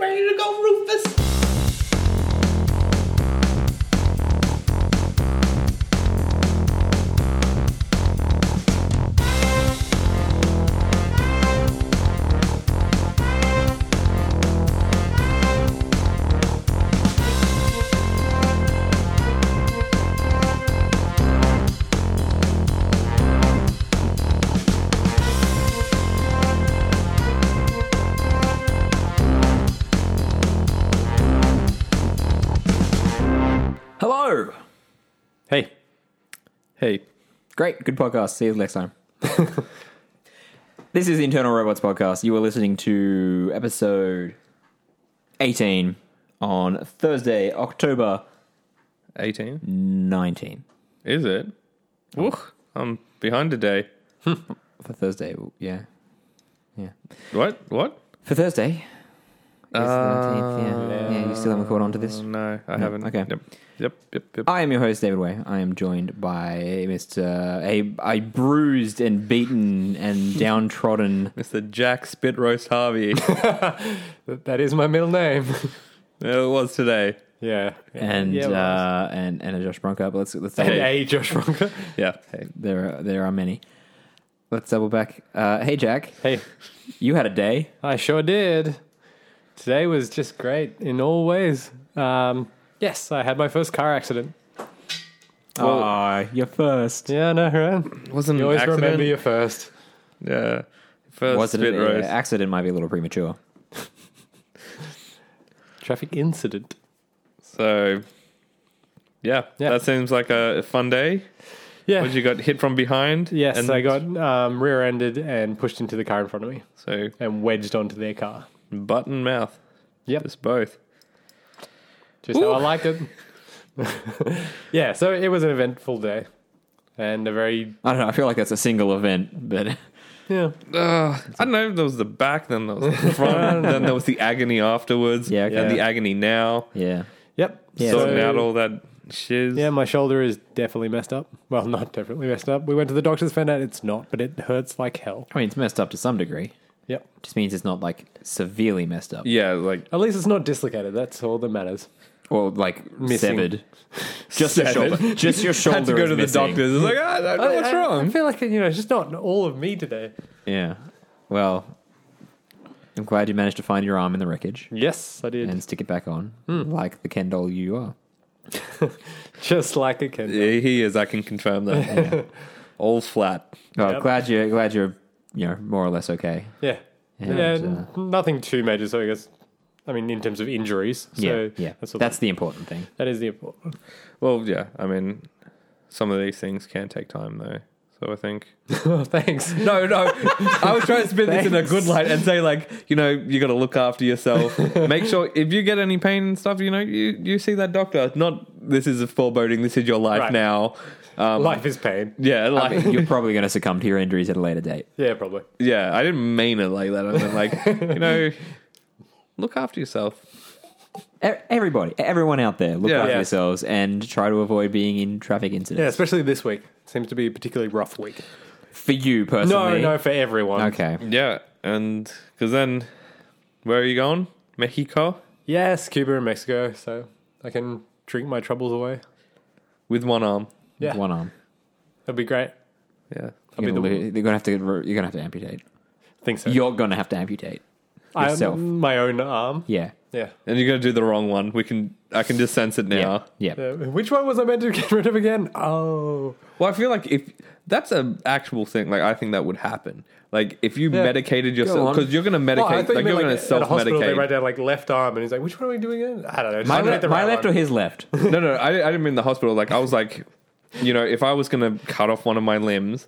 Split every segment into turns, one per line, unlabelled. ready to go, Rufus?
Hello.
Hey. Hey.
Great. Good podcast. See you next time. this is Internal Robots Podcast. You are listening to episode 18 on Thursday, October
18.
19.
Is it? Woo. I'm behind today.
For Thursday, yeah. Yeah.
What? What?
For Thursday. Is the 19th,
Uh,
yeah. yeah, you still haven't caught on to this.
Oh, no, I haven't.
okay. Uh,
Yep. Yep. Yep. yep.
I am your host, David Way. I am joined by Mr. A, a bruised and beaten and downtrodden
Mr. Jack Spit Roast Harvey. Uh,
That is my middle name.
it was today.
yeah.
and
yeah, well,
uh, and and a Josh Bronco. But let's let's
and
double-
a Josh Ronker.
Yeah.
there are, there are many. Let's double back. Uh, hey Jack,
hey,
you had a day.
I sure did. Today was just great in all ways. Um, yes, I had my first car accident.
Oh, your first.
Yeah, no, right?
Wasn't
You always remember your first.
Yeah. First
Was it
spit
an
roast.
accident? Might be a little premature.
Traffic incident.
So, yeah,
Yeah.
that seems like a fun day.
Yeah.
What, you got hit from behind?
yes,
and
I got um, rear-ended and pushed into the car in front of me
So,
and wedged onto their car.
butt and mouth.
Yep.
Just both.
Just how I liked it. yeah, so it was an eventful day and a very
I don't know. I feel like that's a single event, but
yeah.
Ugh, I don't know. There was the back, then there was the front, then there was the agony afterwards,
Yeah, okay.
and the agony now.
yeah,
Yep.
Yeah.
sorting
So-
out all that shiz.
Yeah, my shoulder is definitely messed up. Well, not definitely messed up. We went to the doctors, found out it's not, but it hurts like hell.
I mean it's messed up to some degree.
Yep.
Just means it's not like severely messed up
yeah, like
At least it's not dislocated. That's all that matters.
or like
Missing.
severed. Just your
Severed.
shoulder. Just your shoulder.
had to go
is
to the
missing.
doctors. It's like "Ah, I don't know what's
I- I- I
wrong.
feel like you know, it's just not all of me today.
Yeah. Well, I'm glad you managed to find your arm in the wreckage
Yes, I did.
and stick it back on, like the Ken doll you are.
just like a kid.
Yeah, he is. I can confirm that. All flat.
Oh,
Yep.
glad you're glad you're you know more or less okay.
Yeah.
Yeah,
Yeah. uh,
and,
nothing too major. So I guess, I mean, in terms of injuries. So
yeah, yeah. That's,
That's, all
the important thing.
that is the important.
Well, yeah. I mean, some of these things can take time though. So I think.
oh, thanks.
No, no. I was trying to spin this in a good light and say, like, you know, you got to look after yourself. Make sure if you get any pain and stuff, you know, you you see that doctor. Not this is a foreboding. This is your life
Right.
now. Um,
Life is pain.
Yeah, like
You're probably going to succumb to your injuries at a later date.
Yeah, probably.
yeah. I didn't mean it like that. I meant like you know, look after yourself.
E- Everybody, everyone out there, look
Yeah.
after
Yeah.
yourselves and try to avoid being in traffic
Yeah,
incidents.
especially this week. Seems to be a particularly rough week.
For you
No,
personally,
no, for everyone.
okay.
Yeah, and because then, where are you going? Mexico
Yes, Cuba and Mexico, so I can drink my troubles away.
with one arm.
Yeah,
One arm.
that'd be great.
Yeah,
You're
be
gonna,
the-
lo- you're gonna have to. You're gonna have to amputate.
think so.
You're gonna have to amputate.
I-
yourself.
my own arm.
Yeah,
Yeah.
and you're gonna do the wrong one. We can. I can just sense it now.
yeah.
yeah. Which one was I meant to get rid of again? Oh,
Well, I feel like if that's an actual thing, like I think that would happen. Like if you
Yeah.
medicated
Go
yourself,
on.
because you're going to medicate,
Oh, I
like
thought you
you're
meant, like,
going to
at a
self
hospital, They write
medicate.
down like left arm, and he's like, "Which one are we doing again?" I don't know. Just
My,
get
le-
the
my
right
left or
one.
his left?
No, no, I, I didn't mean the hospital. Like I was like, you know, if I was going to cut off one of my limbs,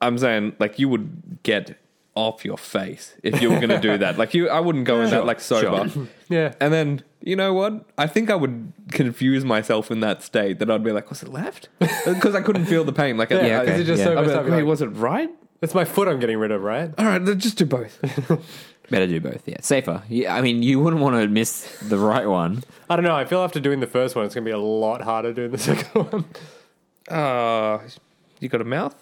I'm saying like you would get off your face if you were going to do that. Like you, I wouldn't go in that like sober.
Yeah.
And then you know what? I think I would confuse myself in that state. That I'd be like, was it left? Because I couldn't feel the pain. Like, I,
Yeah,
okay.
is it just so
Yeah.
I'd be
messed
like,
up?
wait,
Like,
was it right?
it's my foot I'm getting rid of, right?
All right, let's just do both.
Better do both. Yeah, safer. Yeah, I mean, you wouldn't want to miss the right one.
I don't know. I feel after doing the first one, it's gonna be a lot harder doing the second one.
Uh, you got a mouth?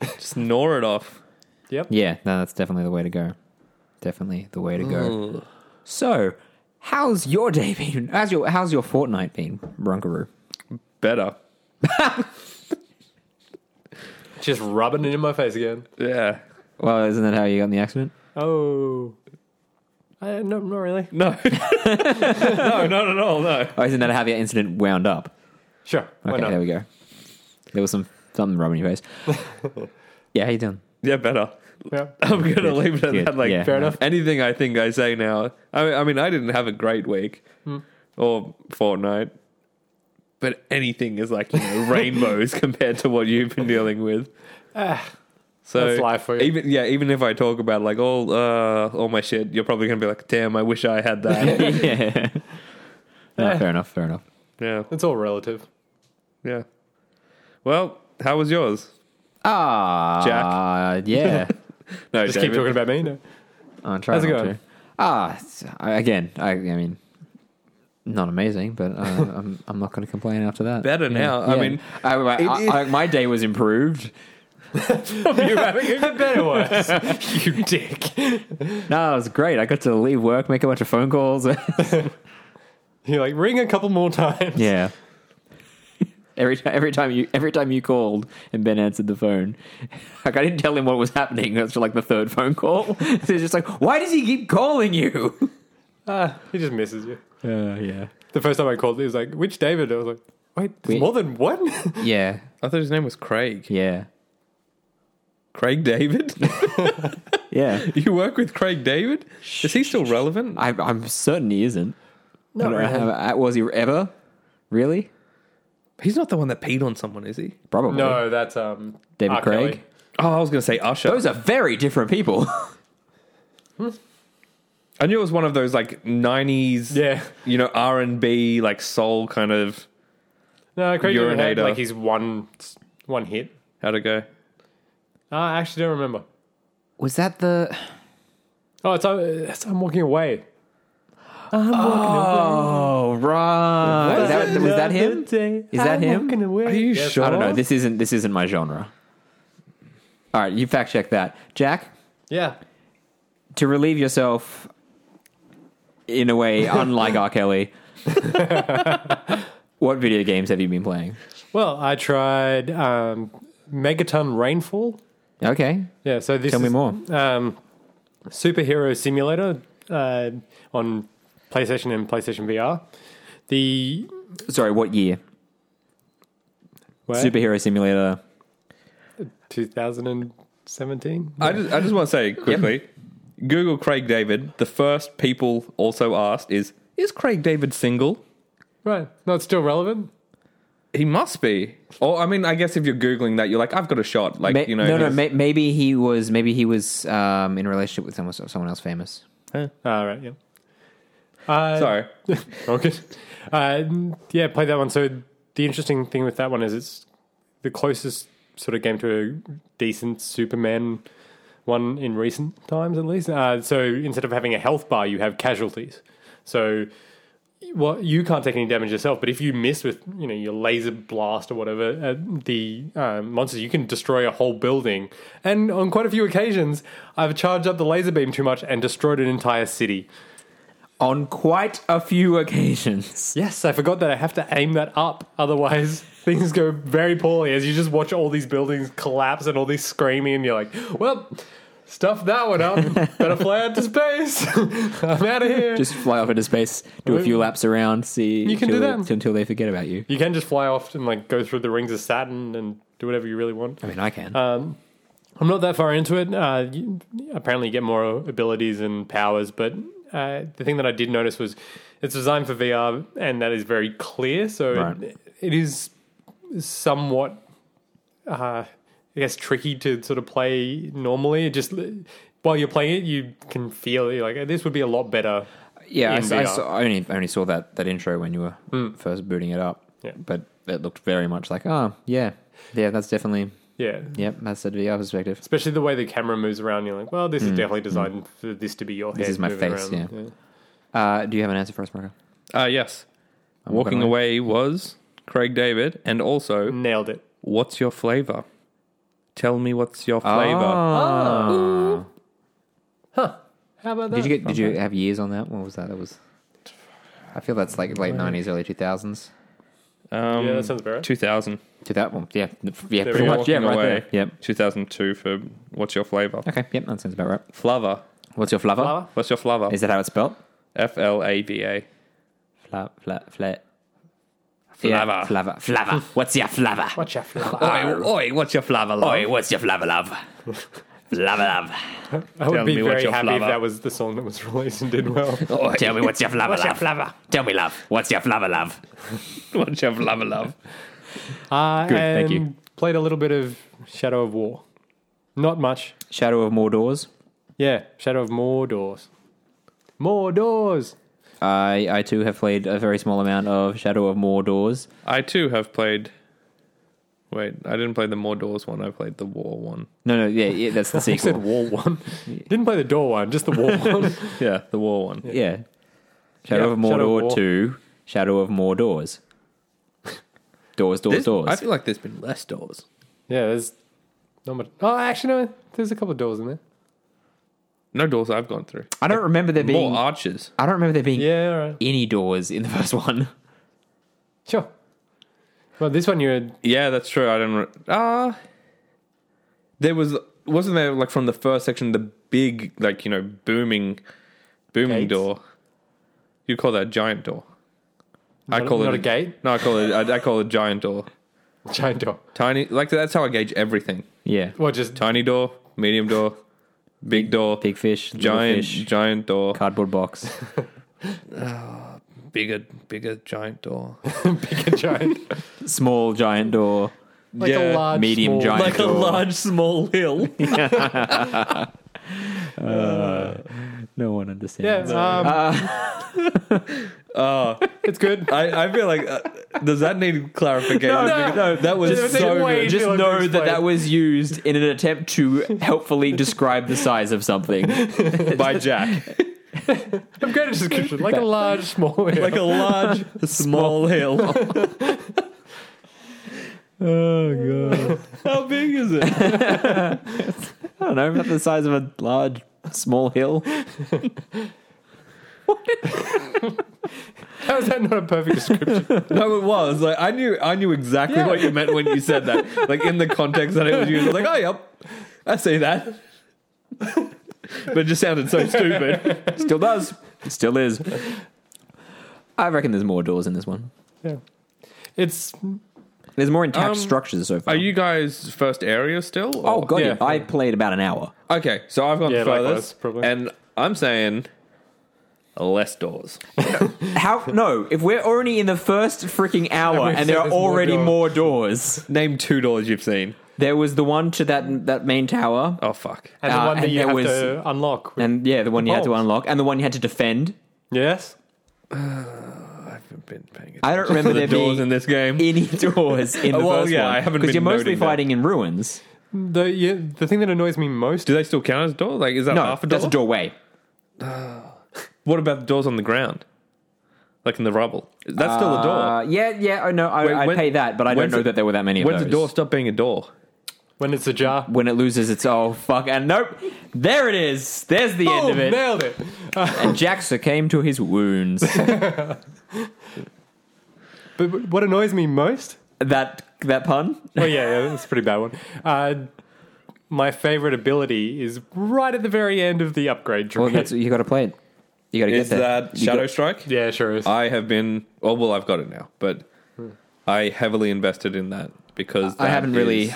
Just gnaw it off.
yep.
Yeah, no, that's definitely the way to go. Definitely the way to go. So, how's your day been? How's your how's your fortnight been, Runkaroo?
Better.
Just rubbing it in my face again.
Yeah.
Well, isn't that how you got in the accident?
Oh. Uh, no, not really.
No. no, not at all. No.
Oh, isn't that how the incident wound up?
Sure. why
Okay,
not?
there we go. There was some something rubbing your face. yeah, how you doing?
Yeah, better.
Yeah.
I'm gonna leave it at
Good.
that. Like,
Yeah.
Fair enough.
Anything I think I say now. I mean, I mean, I didn't have a great week
Hmm.
or fortnight, but anything is like you know, rainbows compared to what you've been dealing with. so
Ah, That's life for you.
Even yeah, even if I talk about like all uh, all my shit, you're probably gonna be like, damn, I wish I had that.
yeah. No, fair enough. Fair enough.
yeah,
It's all relative.
yeah. Well, how was yours?
Ah, yeah.
No,
Just
David.
keep talking about me. No.
I'm trying
How's it
not
going?
to. Ah, it's- I- again, I, I mean, not amazing, but uh, I'm I'm not going to complain after that.
Better
Yeah.
now. I
Yeah.
mean,
I, I-
it-
I- my day was improved.
you having even better worse. you dick.
No, it was great. I got to leave work, make a bunch of phone calls.
You're like, ring a couple more times.
yeah. Every time, every time you, every time you called and Ben answered the phone, like I didn't tell him what was happening. That's like the third phone call. So it's just like, why does he keep calling you?
Ah, he just misses you.
Uh, yeah,
The first time I called, he was like, which David? I was like, wait, there's
Wait.
more than one?
yeah,
I thought his name was Craig.
yeah,
Craig David.
yeah.
You work with Craig David? Is he still relevant?
I, I'm certain he isn't.
Not
I don't know
really.
how- uh, was he ever? Really?
He's not the one that peed on someone, is he?
Probably.
No, that's um
David
R.
Craig?
Kelly.
Oh, I was going to say Usher.
Those are very different people.
I knew it was one of those like '90s,
Yeah.
you know, R and B like soul kind of.
No, Craig only had
Urinator.
like his one one hit.
How'd it go?
I actually don't remember.
was that the?
Oh, it's, uh, it's I'm walking away.
Oh right. Was that, was that him? Is that him?
Are you sure?
I don't know. This isn't. This isn't my genre. All right, you fact check that, Jack.
Yeah.
To relieve yourself, in a way, unlike R. Kelly. what video games have you been playing?
Well, I tried um, Megaton Rainfall.
Okay,
Yeah, so this
Tell me
is,
more.
Um, superhero simulator uh, on PlayStation and PlayStation VR. The
sorry. What year?
where?
Superhero Simulator.
2017.
I just, I just want to say quickly. Google Craig David. The first people also asked is, is Craig David single?
Right. No, it's still relevant.
He must be. Or I mean, I guess if you're googling that, you're like, I've got a shot. Like
May-
you know,
no, no.
he's-
May- maybe he was. Maybe he was um, in a relationship with someone, someone else famous.
All Ah, right. Yeah. Uh,
sorry.
okay. Uh, yeah, play that one. So the interesting thing with that one is it's the closest sort of game to a decent Superman one in recent times, at least. Uh, so instead of having a health bar, you have casualties. So well, you can't take any damage yourself, but if you miss with you know your laser blast or whatever at the um, monsters, you can destroy a whole building. And on quite a few occasions, I've charged up the laser beam too much and destroyed an entire city.
On quite a few occasions.
Yes, I forgot that I have to aim that up. Otherwise, things go very poorly as you just watch all these buildings collapse and all these screaming, and you're like, well, stuff that one up. Better fly out to space. I'm out of here.
Just fly off into space, do a few laps around, see
You can do
till-
that.
until they forget about you.
you can just fly off and like go through the rings of Saturn and do whatever you really want.
I mean, I can.
Uh, I'm not that far into it. Uh, you, apparently, you get more abilities and powers, but uh, the thing that I did notice was it's designed for VR, and that is very clear. So
Right.
it is somewhat, uh, I guess, tricky to sort of play normally. It just while you're playing it, you can feel it. You're like this would be a lot better.
yeah, I,
in
s- I
VR.
saw, I only I only saw that that intro when you were first booting it up.
Yeah.
but it looked very much like, oh yeah, yeah, that's definitely
Yeah.
yep, that's a VR perspective.
Especially the way the camera moves around, you're like, well, this is definitely designed for this to be your head.
Mm, This is my
moving
face,
around.
yeah. Uh, do you have an answer for us, Marco?
Uh, yes. Walking
gonna-
away was Craig David, and also
Nailed it.
What's your flavor? Tell me what's your flavor.
Ah.
How about that?
Did you get?
Fun
Did you
fact.
have years on that? What was that? That was. I feel that's like late nineties, early two thousands.
Um,
Yeah, that sounds about right.
2000.
To that one, yeah, yeah, pretty
we
much,
Walking
yeah, right
away.
there. Yep.
2002 for What's Your Flavor?
Okay. Yep. That sounds about right.
Flava.
What's your flava?
Flower?
What's Your Flava?
Is that how it's spelled?
F L A V A.
Fla, fla, fla,
Flava.
Yeah, flava. Flava. What's your flava?
Watch out for that.
Oi, oi, what's your flava like?
Oi, what's your flava love? flava
I would
Tell
be
me what
very
your
happy
flava-
if that was the song that was released and did well.
love. Tell me what's your flava
What's your
love.
flava?
Tell me love. What's your flava love?
What's your flava love?
Uh,
Good,
and
thank you.
Played a little bit of Shadow of War. Not much.
Shadow of Mordor's.
Yeah, Shadow of Mordor's. Mordor's.
I I too have played a very small amount of Shadow of Mordor's.
I too have played. Wait, I didn't play the More Doors one. I played the War one.
No, no, yeah, yeah, that's the
You said
sequel.
War One. Didn't play the Door One, just the War One.
Yeah, the War one. Yeah.
Yeah. Shadow of
Yeah, Shadow of
Mordor
War.
2, Shadow of Mordor's. Doors, doors, doors.
I feel like there's been less doors.
yeah, there's not much. Oh, actually, no, there's a couple of doors in there.
No doors I've gone through.
I don't remember there being.
More arches.
I don't remember there being
Yeah, all right.
any doors in the first one.
Sure. Well, this one you're.
Yeah, that's true. I don't. Re- ah, there was wasn't there like from the first section the big like you know booming, booming
Gates?
door. You call that a giant door? I
Not-
call it
not a gate?
No, I call it. I, I call it a giant door.
Giant door.
Tiny, like that's how I gauge everything.
Yeah.
Well, just.
Tiny door, medium door, big door,
Big fish, giant
giant,
fish,
giant door,
cardboard box.
bigger, bigger giant door.
Big and giant.
Small giant door.
Like a
Yeah,
large.
medium
small-
giant.
like a
door.
large small hill.
No one understands.
Yeah, um, it's good.
I, I feel like uh, does that need clarification?
No, no.
Because that was
Just-
so
wait.
good.
Just
Dylan
know that
explained.
that was used in an attempt to helpfully describe the size of something.
by Jack.
I've got a description. Like a large, small.
like a large small hill.
oh, God.
How big is it?
I don't know, about the size of a large, small hill.
How is that not a perfect description?
No, it was like I knew I knew exactly
Yeah.
what you meant when you said that. Like in the context that it was used, I was like, oh yep, I see that. but it just sounded so stupid.
Still does. It still is. I reckon there's more doors in this one.
yeah. It's
There's more intact
Um,
structures so far.
Are you guys first area still?
oh, god,
yeah.
I played about an hour.
Okay, so I've gone
Yeah, likewise,
furthest,
probably.
and I'm saying less doors.
How? No, if we're already in the first freaking hour
we've
and there
said
are
there's more
already
doors.
more doors.
Name two doors you've seen.
There was the one to that that main tower,
Oh fuck.
and the
Uh,
one that
and
you
there
have
was-
to unlock. With,
and yeah, the one you had to
Bulbs.
unlock, and the one you had to defend.
yes.
I haven't been paying attention
I don't remember
to
there
the doors in
being e-
this game.
any doors in the
Well,
first
yeah,
one.
I haven't
because
been
you're mostly
noting that.
fighting in ruins.
The yeah, the thing that annoys me most.
Do they still count as a door? Like, is that
No,
half a door?
that's a doorway.
What about the doors on the ground? Like in the rubble? That's still a
Uh,
door.
yeah, yeah. Oh no, I,
Wait,
I
when-
pay that, but I don't
when's
know
it-
that there were that many.
When does
of
a
those.
door stop being a door?
When it's ajar. jar.
when it loses its oh fuck and nope there it is there's the end
Oh,
Boom,
of it
Oh, nailed it.
and jack succumbed to his wounds
But but what annoys me most?
that that pun
Oh yeah, yeah that's a pretty bad one. Uh, my favorite ability is right at the very end of the upgrade tree.
well that's you gotta play it you gotta
Is
get there.
that
You
Shadow
got-
Strike?
yeah, sure is.
I have been. Oh, well, I've got it now, but
Hmm.
I heavily invested in that because
i
that
haven't really
is-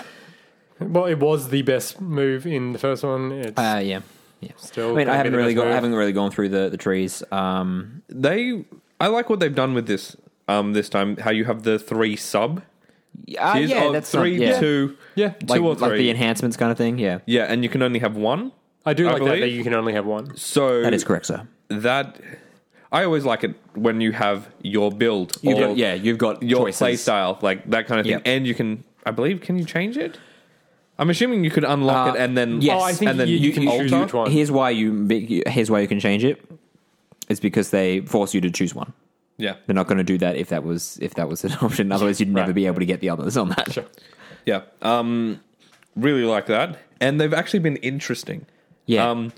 well, it was the best move in the first one. It's
uh yeah yeah
Oh,
still.
I mean, I
gonna be
haven't
the
really
best
gone. I
move.
haven't really gone through the the trees. Um,
They. I like what they've done with this. Um, this time, how you have the three sub.
uh,
tiers.
yeah,
Oh,
that's
three,
not, yeah.
two,
Yeah,
two
like,
or three.
like the enhancements kind of thing. Yeah,
yeah, and you can only have one.
I do
I
like that, that.
believe-
You can only have one.
So
that is correct, sir.
that I always like it when you have your build
You've
or
got, yeah, you've got
your
choices.
play style, like that kind of thing.
Yep.
And you can, I believe, can you change it? I'm assuming you could unlock
Uh,
it and then
yes.
Oh, I think
and then
you, you can
alter.
choose which one.
Here's why you make- here's why you can change it. It's because they force you to choose one.
yeah,
They're not going to do that if that was if that was an option. Otherwise, you'd never be able to get the others on that.
yeah. Um, really like that, and they've actually been interesting.
Yeah,
Um,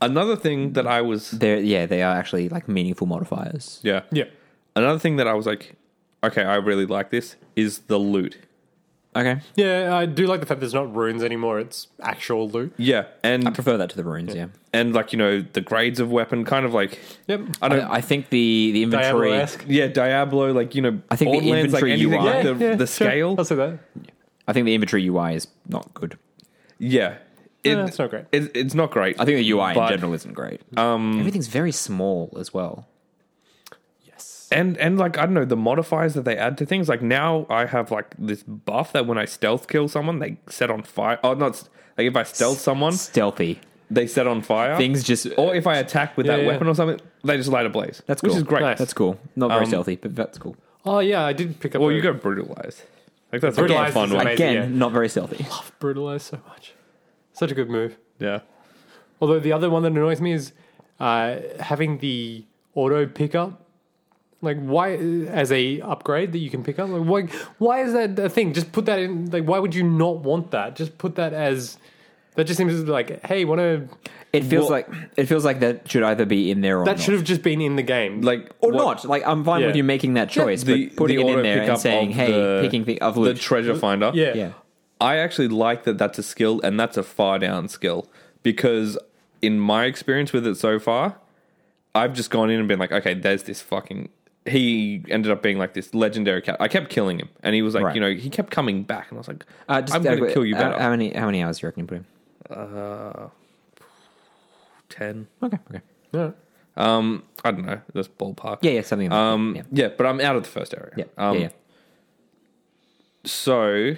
Another thing that I was
They're, yeah, they are actually like meaningful modifiers.
yeah
Yeah.
Another thing that I was like, okay, I really like this is the loot.
Okay.
Yeah, I do like the fact there's not runes anymore, it's actual loot.
Yeah,
I
and
prefer that to the runes, yeah.
and like you know the grades of weapon, kind of like
Yep.
I don't.
I, I think the, the inventory.
Diablo-esque.
yeah, Diablo, like you know,
I think the
Borderlands, like
inventory
anything
UI.
like the,
Yeah,
the
sure.
scale.
I'll say that.
I think the inventory UI is not good.
Yeah,
Yeah, it's not great.
It, it's not great.
I think the UI
But-
in general isn't great. Um, Everything's very small as well.
and and like I don't know the modifiers that they add to things. Like now I have like this buff that when I stealth kill someone, they set on fire. Oh, not s- like if I stealth someone,
Stealthy.
they set on fire.
Things just.
or if I attack with
Yeah,
that
yeah.
weapon or something, they just light a blaze.
that's cool.
which is great.
Nice.
That's cool. Not very
Um,
stealthy, but that's cool.
Oh yeah, I did pick up.
Well,
a-
you go brutalized. Like that's a
Brutalized
fun
is
one.
amazing.
Again,
yeah.
not very stealthy.
brutalized so much. Such a good move.
Yeah.
Although the other one that annoys me is uh, having the auto pickup. Like why as a upgrade that you can pick up? Like why why is that a thing? Just put that in. Like why would you not want that? Just put that as. That just seems like hey, want to.
It feels
Well-
like it feels like that should either be in there or
That
not.
should have just been in the game.
Like
or
what-
not. Like I'm fine
Yeah.
with you making that choice,
the-
but putting
the
it
auto
in there
pickup
and saying,
of
"Hey,
the-
picking the of
the
loot."
treasure finder.
yeah.
yeah,
I actually like that that's a skill and that's a far down skill because in my experience with it so far, I've just gone in and been like, okay, there's this fucking. He ended up being like this legendary cat. I kept killing him, and he was like,
Right.
you know, he kept coming back, and I was like,
Uh, just,
I'm going
uh,
to kill you
uh,
better.
How, many how many hours do you reckon you put in?
Ten.
Okay, okay,
No.
Um, I don't know. This ballpark.
yeah, yeah, something. Like
Um,
that.
yeah. but I'm out of the first area.
yeah, yeah,
Um,
yeah, yeah.
so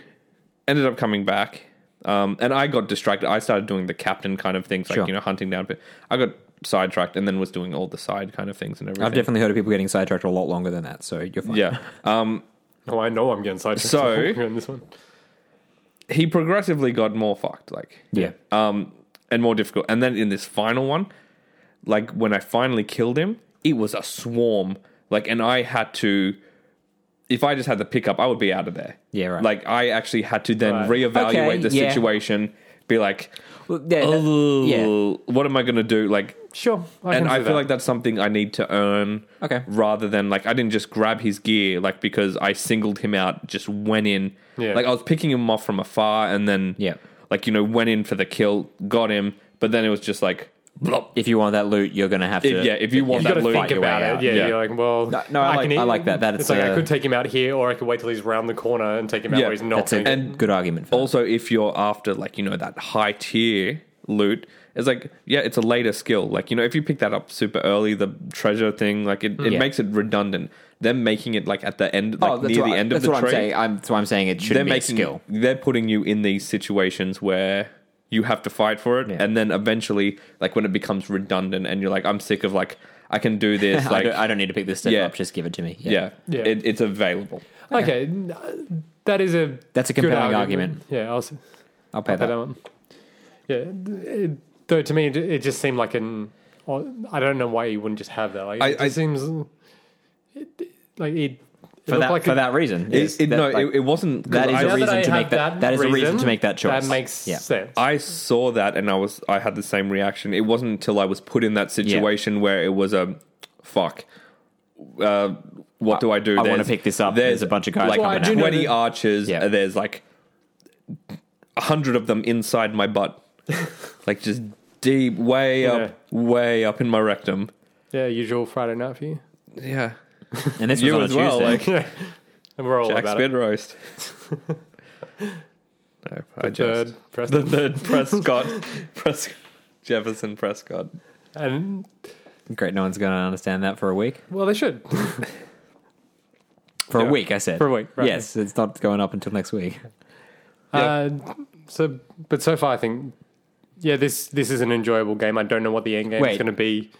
ended up coming back um, and i got distracted i started doing the captain kind of things like
Sure.
you know hunting down but i got sidetracked and then was doing all the side kind of things and everything
I've definitely heard of people getting sidetracked a lot longer than that, so you're fine.
yeah um,
Oh, I know I'm getting sidetracked.
So-
on this one.
he progressively got more fucked like
yeah.
um, and more difficult and then in this final one like when i finally killed him it was a swarm like and i had to if i just had the pickup i would be out of there
Yeah, right.
like i actually had to then
Right.
reevaluate
Okay,
the
yeah.
situation be like
Well, yeah, that- yeah.
"Oh, what am I going to do? Like,
Sure, I
and
can
I
do
feel like that's something I need to earn.
Okay.
Rather than like, I didn't just grab his gear like because I singled him out. Just went in.
Yeah.
Like I was picking him off from afar, and then
Yeah.
like you know went in for the kill, got him, but then it was just like, blop.
If you want that loot, you're gonna have to.
If- yeah, if you want
you got
that
to
loot,
think
your way
about
out.
it. Yeah,
Yeah.
you're like, well,
No, no, I like- I like that. That
it's
it's,
like I
uh,
could take him out here, or I could wait till he's round the corner and take him out
Yeah,
where he's not.
that's a
And-
And-
good argument. For
also if you're after like you know that high tier loot it's like yeah it's a later skill like you know if you pick that up super early the treasure thing like it, it
Yeah. Oh,
makes it redundant them making it like at the end like
that's
near
what
the
I-
end of
that's
the
what I'm
trade
saying. I'm, that's why I'm saying it
they're
shouldn't be a
making
skill.
they're putting you in these situations where you have to fight for it
Yeah.
and then eventually like when it becomes redundant and you're like i'm sick of like i can do this
I,
like
don't, I don't need to pick this step
Yeah.
up. Just give it to me.
yeah,
Yeah.
It, it's available
okay, n- that is a
That's a
good
compelling
Yeah, I'll say
I'll pay
that
that.
one. Yeah, it, though to me it, it just seemed like an. I don't know why you wouldn't just have that. Like
I-
it
I-
just seems it, like it. it
for
looked
that
like
for
a-
that reason. yes,
it, it,
that,
no
like-
it, it wasn't 'cause
that is
I
a
Now
was-
that
reason
I
to
have
make that- that is a reason to make that choice.
That makes
Yeah.
sense.
I saw that and I was I had the same reaction. It wasn't until I was put in that situation where it was a fuck. Uh, what do I do?
I wanna
There's-
pick this up. There's a bunch of guys
Like
Well,
I do know
twenty
that-
archers.
Yeah.
There's like a hundred of them inside my butt, like just deep, way up, way up in my rectum.
yeah, usual Friday night for you,
Yeah,
and this was
you
on a
as well.
Tuesday.
Like
and we're all
Jack
about
spit roast. no, I
it. Third,
just
press
the third Prescott, Prescott, Jefferson Prescott.
and
Great, no one's going to understand that for a week.
well, they should.
For
Yeah.
a week, I said.
For a week, right.
Yes, it's not going up until next week.
Uh, so, but so far, I think yeah, this this is an enjoyable game. I don't know what the end game is
Wait.
going to be.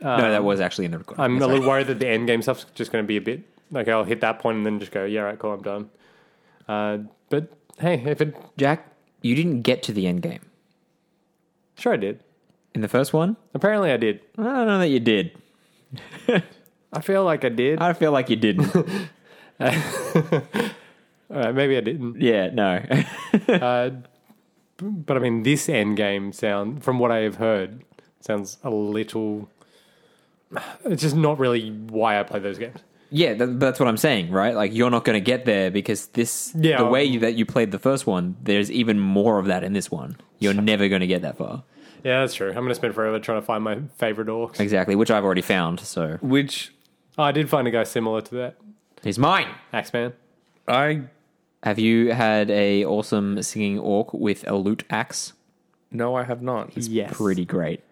Um,
no, that was actually in the recording.
I'm a
Sorry.
little worried that the end game stuff's just going to be a bit like I'll hit that point and then just go, yeah, right, cool, I'm done. Uh, but hey, if it
Jack, you didn't get to the end game
sure I did.
in the first one.
Apparently, I did.
I don't know that you did.
I feel like I did.
I feel like you didn't.
Uh, maybe I didn't.
yeah, no.
Uh, b- but I mean, this end game sound, from what I have heard, sounds a little. It's just not really why I play those games.
Yeah, that, that's what I'm saying, right? Like you're not going to get there because this
Yeah.
the way you, that you played the first one, there's even more of that in this one. You're never going to get that far.
Yeah, that's true. I'm going to spend forever trying to find my favorite orcs.
Exactly, which I've already found, so
Which
Oh, I did find a guy similar to that
he's mine.
Axeman.
I
Have you had a awesome singing orc with a loot axe?
no, I have not.
Yes,
Pretty great.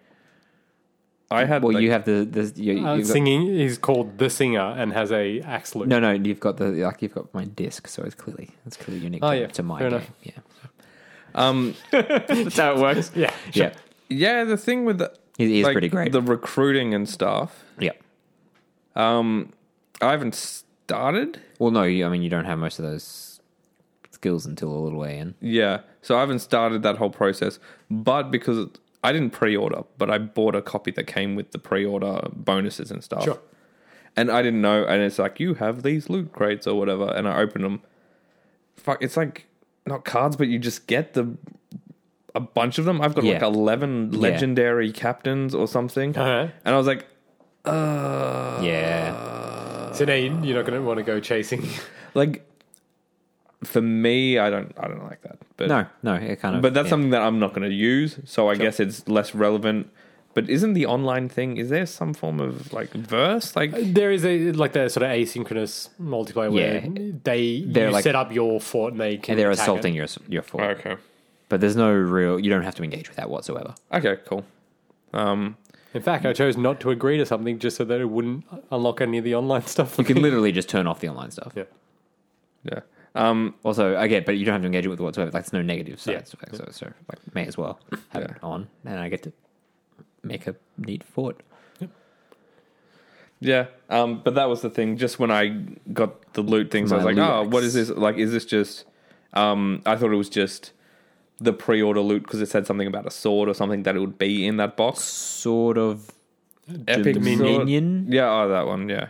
I had.
Well,
like-
you have the the you,
Uh,
you've got,
singing is called the singer and has a axe loop.
no no you've got the like you've got my disc, so it's clearly it's clearly unique
Oh,
to,
yeah.
to my
Fair
game.
enough.
Yeah,
um.
that's how it works.
Yeah,
yeah,
Yeah, the thing with the,
he is
like,
pretty great.
The recruiting and stuff.
yeah.
Um, I haven't started.
Well, no, you, I mean you don't have most of those skills until a little way in.
Yeah, so I haven't started that whole process. But because I didn't pre-order, but I bought a copy that came with the pre-order bonuses and stuff.
Sure.
And I didn't know, and it's like you have these loot crates or whatever, and I open them. Fuck, it's like not cards, but you just get the a bunch of them. I've got like
Yeah.
eleven legendary captains or something,
Uh-huh.
and I was like, uh,
Yeah,
So now you- you're not going to want to go chasing.
like for me, I don't, I don't like that. But
no, no, it kind of.
But that's
yeah.
something that I'm not going to use, so I guess it's less relevant. But isn't the online thing? Is there some form of like verse? Like,
There is a like the sort of asynchronous multiplayer
Yeah.
where they
They're
you
like-
set up your fort and they can
and they're
attack it.
assaulting your your fort.
okay,
But there's no real. You don't have to engage with that whatsoever.
okay, cool. Um,
In fact, I chose not to agree to something just so that it wouldn't unlock any of the online stuff.
You can literally just turn off the online stuff.
yeah.
yeah. Um,
Also, I get, but you don't have to engage with it whatsoever. Like, there's no negative
Yeah.
sides. to it, So, so like, may as well have it on, and I get to make a neat fort.
yeah. Um, but that was the thing. Just when I got the loot things,
My
I was like,
loot
oh, what
axe.
is this? Like, is this just? Um, I thought it was just the pre-order loot because it said something about a sword or something that it would be in that box.
Sort of
Epic sword.
Dominion.
Yeah, oh, that one. Yeah.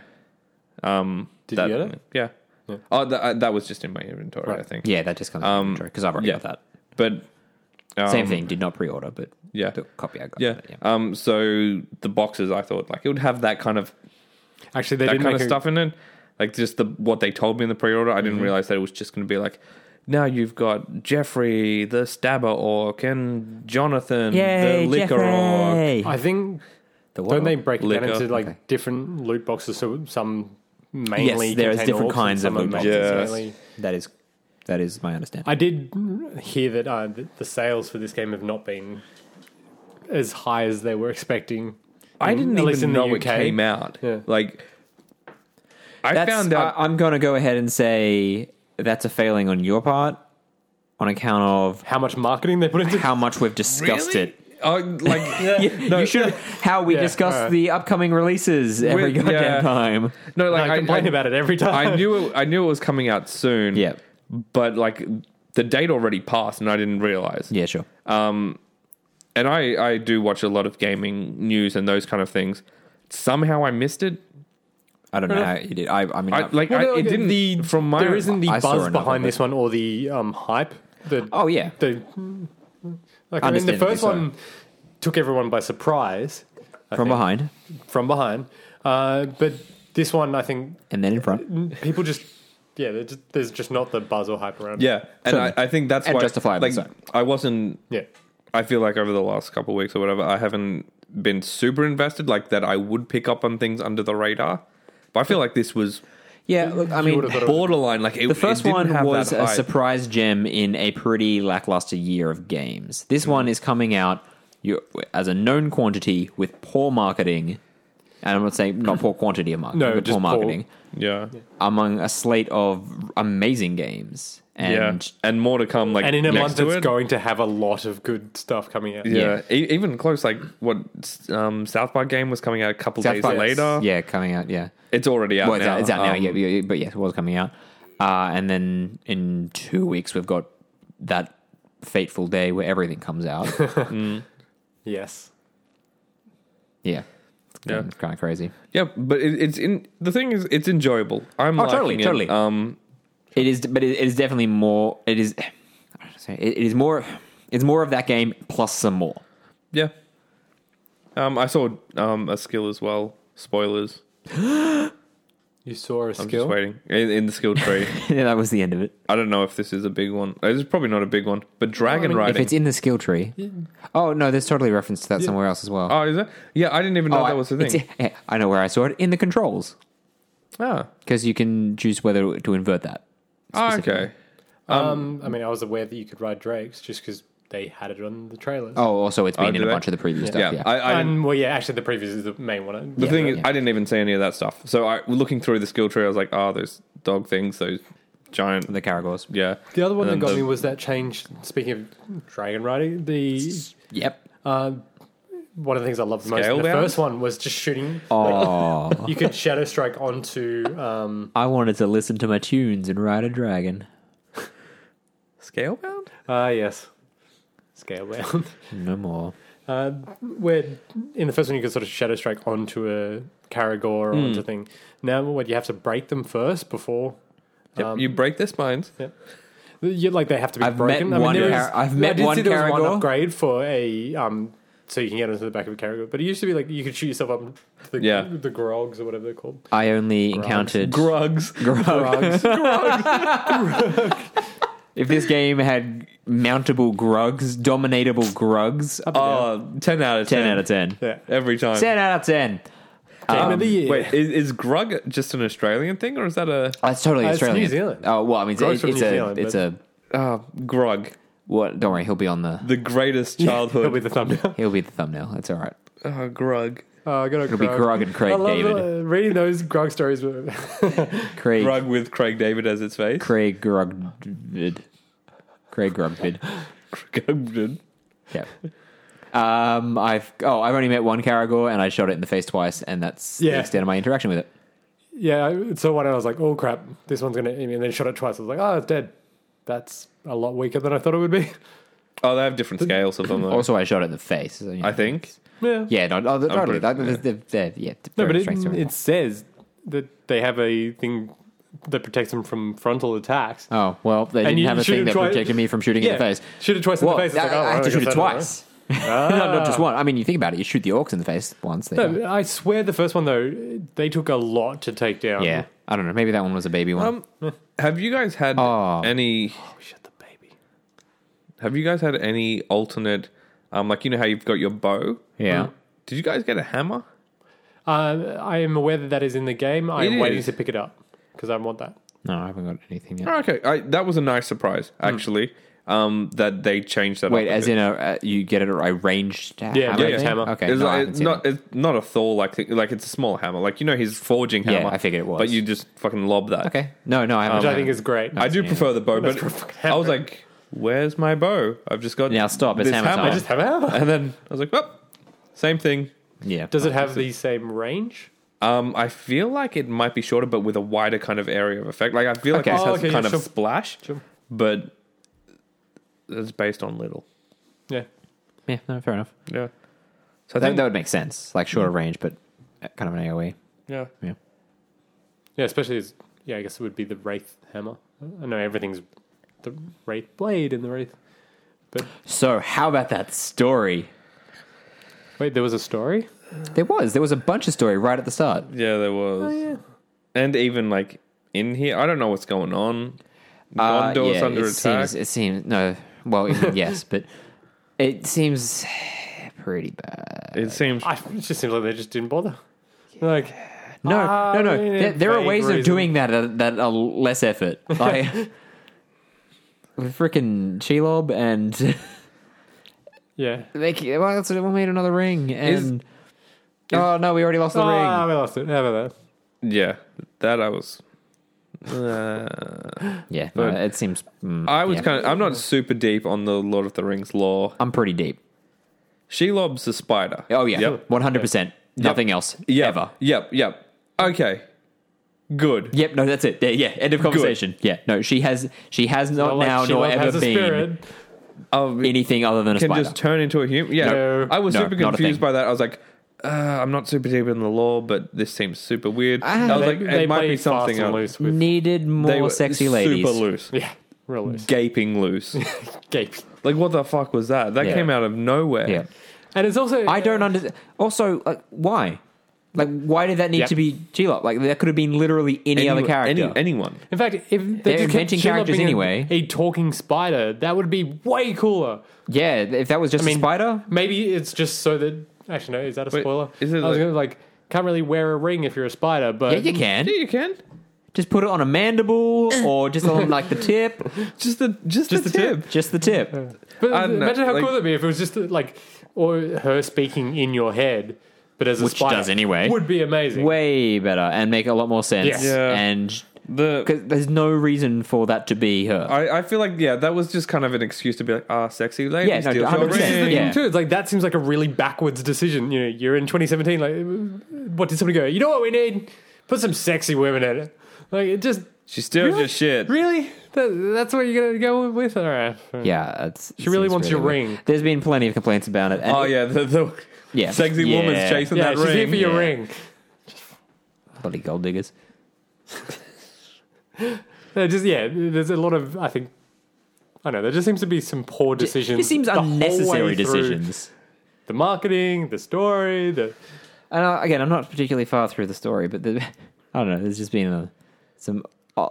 Um,
Did
that,
you get it?
Yeah.
Yeah.
Oh, that, uh, that was just in my inventory, I
Right.
think.
Yeah, that just comes out
Um,
because I've already
yeah.
got that.
But um,
Same thing. Did not pre-order, but
Yeah.
the copy I got.
Yeah.
but
Um. So the boxes, I thought like it would have that kind of
Actually, they
that
didn't
kind
make
of
a-
stuff in it, like just the what they told me in the pre-order. I didn't
Mm-hmm.
realize that it was just going to be like. Now you've got Jeffrey the Stabber Orc and Jonathan
Yay,
the Liquor Orc.
Jeffrey!
I think
The what?
don't they break it down
Liquor.
into like
Okay.
different loot boxes? So some mainly
Yes, there is
contain
different
orcs and
kinds
some
of loot
mainly-
boxes.
mainly-
That is, that is my understanding.
I did hear that uh, th- the sales for this game have not been as high as they were expecting.
I
in-
didn't
at
even
least in the
know it
UK.
came out.
Yeah.
Like, I
That's,
found out.
I, am going to go ahead and say that's a failing on your part, on account of
How much marketing they put into
how much we've discussed
Really?
it.
Oh, like
you should how we
Yeah,
discuss
alright.
the upcoming releases every
With-
goddamn
yeah.
time.
no, like
I, complain about it every time.
I knew it, I knew it was coming out soon.
Yeah.
but like the date already passed, and I didn't realize.
Yeah, sure.
And I I do watch a lot of gaming news and those kind of things. Somehow I missed it.
I don't know how you did. I, I mean,
I
I-
like I,
no,
it
okay,
didn't.
the-
from my
there isn't the
I saw
buzz
another
behind
bit.
this one or the um, hype. The,
oh yeah,
the like I mean, the
Understandably
first
so.
one took everyone by surprise
from behind
from behind, uh, but this one I think
and then in front.
people just yeah, they're just, there's just not the buzz or hype around. it.
yeah, and I, I think that's
And
why
justifiable,
Like,
so.
I wasn't.
yeah.
I feel like over the last couple of weeks or whatever, I haven't been super invested. Like that, I would pick up on things under the radar. But I feel like this was
Yeah, look, I
You
mean,
would've thought it
borderline. Like it,
the first
it didn't
one
have
was
that
a
hype.
surprise gem in a pretty lackluster year of games. This
Mm.
one is coming out you, as a known quantity with poor marketing, and I'm not saying not poor quantity of marketing,
No,
but
just
poor
poor.
marketing
Yeah,
among a slate of amazing games.
yeah,
And
and more to come. Like
And in a
next
month,
to
it's
it.
going to have a lot of good stuff coming out.
Yeah. E- even close. Like what um, South Park game was coming out a couple
South
days
Park-
later.
yeah, coming out, yeah.
It's already out
Well, it's
now.
out, it's out now,
Um,
yeah, yeah, yeah, but yes, it was coming out. Uh, and then in two weeks, we've got that fateful day where everything comes out.
Yes.
yeah.
Yeah.
It's kind of crazy.
yeah, But it, it's in the thing is, it's enjoyable. I'm
Oh,
liking
totally,
it.
totally.
Um,
It is, but it is definitely more. It is. I don't know, it is more. It's more of that game plus some more.
yeah. Um, I saw um, a skill as well. Spoilers.
You saw a
I'm just
skill.
waiting in, in the skill tree.
yeah, that was the end of it.
I don't know if this is a big one. Uh, It's probably not a big one, but dragon
mean, if
If
riding.
it's in the skill tree. Oh, no, there's totally reference to that somewhere else as well.
oh, is it? Yeah, I didn't even know that was the
Oh, it's-
thing.
yeah, I know where I saw it in the controls
Ah,
because you can choose whether to invert that.
Ah,
specifically.
okay.
Um, I mean, I was aware that you could ride drakes just because they had it on the trailers.
Oh, also, it's been
do
in a
they?
bunch of the previous
Yeah,
stuff. Yeah.
I, I didn't-
and well, yeah, actually, the previous is the main one.
the
Yeah.
thing
yeah,
is,
yeah.
I didn't even see any of that stuff. So I looking through the skill tree, I was like, ah, those dog things, those giant,
the Caragors.
yeah.
Um, The other one that
And
got
the-
me was that change. Speaking of dragon riding, the
Yep.
uh, one of the things I loved the most.
Scale
in The
bound?
first one was just shooting.
Oh,
You could shadow strike onto. Um,
I wanted to listen to my tunes and ride a dragon.
scale bound.
ah, yes, scale bound.
No more.
Uh, where in the first one you could sort of shadow strike onto a Caragor or onto thing. Now, what you have to break them first before.
Yep,
um,
you break their spines.
You, like they have to be
I've
broken.
met one
there
Car- I've met
I did
one
see there was
Caragor.
one upgrade for a um, so you can get onto the back of a Caragor. But it used to be like you could shoot yourself up to the,
Yeah.
the grogs or whatever they're called.
I only encountered
Grugs.
Grog.
Grogs.
If this game had mountable grugs, dominatable grugs,
Oh, 10 out of 10.
ten out of ten.
yeah.
Every time.
Ten out of ten.
Game
Um,
of the year.
Wait, is, is grug just an Australian thing, or is that a
Oh, it's totally
Uh, it's New
Australian.
Zealand.
Oh well, I mean,
Grog's
it's,
from
it's
New
a
Zealand,
it's
but-
a
ah grug?
what? Don't worry, he'll be on the
The greatest
That'll
childhood.
be the thumbnail.
he'll be the thumbnail. It's all right.
oh, grug.
Oh, I got a It'll
be Grog and Craig
I love,
David.
uh, reading those grog stories. were-
Craig
Grug with Craig David as its face.
Craig Grugvid. Craig Grugvid.
Grug-
Yeah. Um, I've oh, I've only met one Caragor, and I shot it in the face twice, and that's the
Yeah.
extent of my interaction with it.
yeah, so one I was like, oh crap, this one's gonna. And then shot it twice. I was like, oh, it's dead. That's a lot weaker than I thought it would be.
oh, they have different scales of them, though,
Also, I shot it in the face. so, you know.
I think.
Yeah.
Yeah, no, no, totally.
pretty-
That- that- that- that- yeah,
No,
very
but it,
strange story.
it says that they have a thing that protects them from frontal attacks.
Oh well, they didn't
you
have a
shoot
thing
it
that
twi-
protected me from shooting in the face.
Shoot it twice in
Well,
the face.
I,
It's like, oh,
I had to
guess
shoot
I
it
don't
twice. no, not just one. I mean, you think about it, you shoot the orcs in the face once. They
know. No, I swear the first one, though, they took a lot to take down.
Yeah, I don't know. Maybe that one was a baby one.
Um, have you guys had
Oh.
any?
Oh, shut the baby.
Have you guys had any alternate? Um, like you know how you've got your bow.
yeah,
um,
Did you guys get a hammer?
Uh, I am aware that that is in the game. I
It
am waiting
is.
to pick it up because I want that.
no, I haven't got anything
Ah,
yet.
Oh, okay, I, that was a nice surprise actually. Um, that they changed that.
Wait,
up a
as in
bit.
a uh, you get it a ranged ha-
Yeah,
hammer?
yeah,
thing?
hammer.
Okay,
it's,
no, I
like,
haven't
it's
seen
not
it.
it's not a Thor like thing. like it's a small hammer. Like you know his forging
Yeah,
hammer.
I figured it was.
But you just fucking lob that.
Okay, no, no, I haven't.
Which I
no.
think is great.
I do prefer the bow,
That's perfect
but I was like, "Where's my bow? I've just got
Now stop, it's
this
hammer time.
I just have it.
And then I was like, "Well, same thing."
yeah.
Does it have the same range?
Um, I feel like it might be shorter, but with a wider kind of area of effect. Like I feel like
Okay.
this
Oh,
has
okay,
kind
yeah,
of
sure.
splash,
Sure.
but it's based on little.
Yeah.
Yeah, no, fair enough.
Yeah. So
That,
I
Mm.
think
that would make sense, like shorter range, but uh, kind of an AOE.
yeah.
Yeah,
Yeah, especially as yeah, I guess it would be the wraith hammer. I know everything's the wraith blade and the wraith.
So, how about that story?
Wait, there was a story.
There was there was a bunch of story right at the start.
Yeah, there was.
Oh,
And even like in here, I don't know what's going on.
Uh,
Gondor's
yeah,
under
it
attack.
Seems, it seems no. Well, it- yes, but it seems pretty bad.
it seems
I, it just seems like they just didn't bother. Like,
No,
Ah,
no, no.
I mean,
There, there are
vague
ways of
reason.
doing that uh, that are less effort. Like with freaking Shelob and
yeah.
they c- well, that's, we made another ring and oh no, we already lost the
Ah,
ring.
we lost it. How about that?
yeah. That I was. Uh,
Yeah, no,
But-
it seems. mm,
I was
yeah.
kind of. I'm not super deep on the Lord of the Rings lore.
I'm pretty deep.
Shelob's a spider.
Oh yeah,
Yep.
one hundred percent. Nothing else
Yep.
ever.
Yep. Yep. Okay. Good.
Yep, no, that's it. Yeah, yeah, end of conversation. Yeah, no, she has she has not
Like,
now nor
Shelob
ever
has a
been
spirit.
Um,
anything other than a
can
spider.
just turn into a human. Yeah,
No.
I was
No,
super
not a
confused
thing.
by that. I was like, uh, I'm not super deep in the lore, but this seems super weird. I was
Ah, They,
like,
they
it might
play
be
fast
something
and
else.
loose with
Needed
They
more
were
sexy
super
ladies.
loose,
yeah, real loose.
gaping loose.
Gape.
like, what the fuck was that? That
Yeah.
came out of nowhere.
Yeah.
And it's also
I don't understand. Also, like, why? Like, why did that need
Yep.
to be G-Lock? Like, that could have been literally any
Any-
other character.
any- anyone.
In fact, if
They're
they just kept
inventing
Sheila
characters
being a-
anyway.
A, talking spider that would be way cooler.
yeah, if that was just
I mean,
a spider,
Maybe it's just so that actually no, is that a
Wait,
spoiler?
is it
I was
like-
gonna, like can't really wear a ring if you're a spider, but
yeah, you can
Yeah, you can.
just put it on a mandible or just on like the tip,
Just the just,
Just
the,
the tip.
tip.
just the tip.
But
I don't know,
imagine how
like-
cool that'd be if it was just like or her speaking in your head, but as a
Which
spider
does anyway.
would be amazing.
Way better and make a lot more sense.
Yes.
Yeah.
And
The
because there's no reason for that to be her.
I, I feel like yeah, that was just kind of an excuse to be like, ah, sexy lady
Yeah, no,
steals your
100%,
ring.
yeah.
Too, it's like that seems like a really backwards decision. You know, you're in 2017. Like, what did somebody go? You know what we need? Put some sexy women in it. Like, it just
She steals
Really?
your shit.
Really? That, that's what you're gonna go with? All right.
yeah, it's,
She really wants your ring.
There's been plenty of complaints about it. and-
Oh yeah, the, the
Yeah.
sexy
Yeah.
woman's chasing
Yeah,
that
she's here
ring.
for your
yeah.
ring.
bloody gold diggers.
Uh, just yeah, there's a lot of I think I don't know there just seems to be some poor decisions.
It seems
the whole
unnecessary
way through.
decisions.
The marketing, the story, the
And uh, again, I'm not particularly far through the story, but the, I don't know. There's just been a, some. Uh,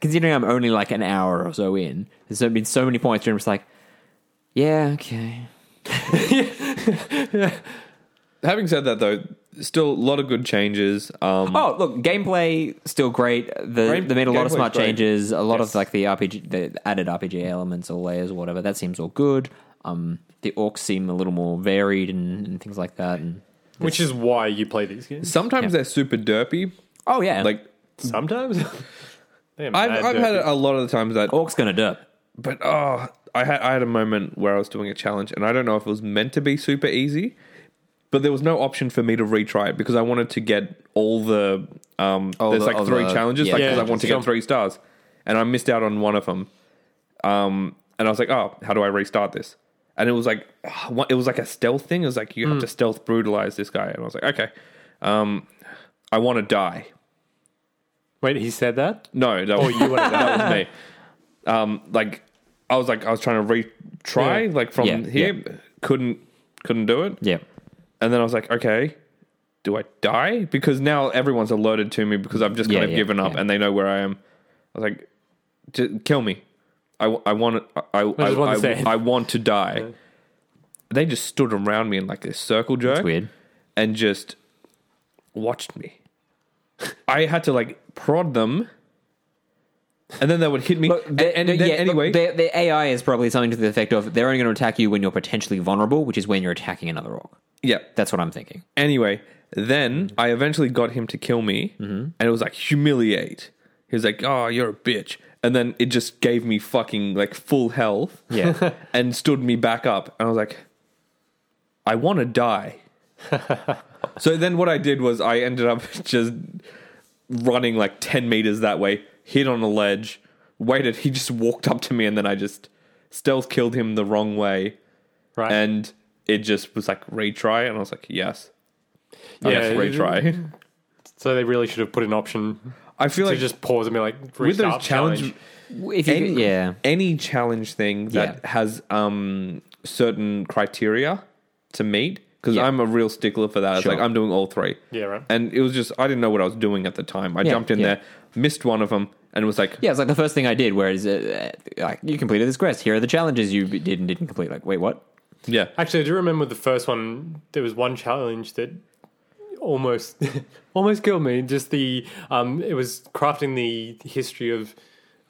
considering I'm only like an hour or so in, there's so- been so many points where I'm just like, yeah, okay.
Having said that though, still a lot of good changes. Um,
Oh, look, gameplay still great. The
Game-
they made a lot of
gameplay's
smart
great.
changes. A lot of like the RPG, the added RPG elements or layers or whatever. That seems all good. Um, the orcs seem a little more varied and, and things like that. And
which is why you play these games.
Sometimes they're super derpy.
oh yeah,
Like
Sometimes They are
I've,
mad
I've had
dirty.
it a lot of the times that
orcs gonna do.
but oh, I had I had a moment where I was doing a challenge, and I don't know if it was meant to be super easy, but there was no option for me to retry it because I wanted to get all the um. there's
the- all
like three
the-
challenges,
yeah.
like 'cause
Yeah,
I want to
sure.
get three stars, and I missed out on one of them. Um, and I was like, oh, how do I restart this? And it was like, ah, what- it was like a stealth thing. It was like you
Hmm.
have to stealth brutalize this guy, and I was like, okay, um, I want to die.
Wait, he said that?
No, that was,
you wanna
that was me. Um, like I was like I was trying to retry
Yeah.
like from
Yeah,
here, couldn't couldn't do it,
Yeah,
and then I was like, okay, do I die? Because now everyone's alerted to me because I've just kind
Yeah,
of
yeah,
given up
yeah.
and they know where I am. I was like, "J- kill me. I, w- I want I I, I,
just want to
I-
say it.
I want to die. They just stood around me in like this circle jerk
it's weird.
and just watched me. I had to like prod them, and then they would hit me.
Look,
and,
they-
and
they-
then
yeah,
anyway,
look, their, their AI is probably something to the effect of they're only going to attack you when you're potentially vulnerable, which is when you're attacking another orc.
yeah.
That's what I'm thinking.
Anyway, then I eventually got him to kill me, and it was like humiliate. He was like, "Oh, you're a bitch," and then it just gave me fucking like full health,
Yeah.
and stood me back up, and I was like, "I want to die." so then what I did was I ended up just running like ten meters that way, hit on a ledge, waited. He just walked up to me, and then I just stealth killed him the wrong way,
Right.
and it just was like retry, and I was like, "Yes."
Yeah.
Yes, retry.
so they really should have put an option
I feel
to
like
just pause and be like
with
restart
those challenge,
if you,
any,
could- yeah.
any challenge thing that
Yeah.
has um certain criteria to meet because
Yeah.
I'm a real stickler for that. It's
Sure.
like I'm doing all three.
Yeah, right.
And it was just I didn't know what I was doing at the time. I
Yeah,
jumped in
yeah.
there, missed one of them, and was like,
Yeah, it's like the first thing I did, where it's, uh, uh, like, you completed this quest. Here are the challenges you b- did and didn't complete. Like, wait, what?
yeah,
Actually, I do remember the first one. There was one challenge that almost almost killed me. Just the um, it was crafting the history of.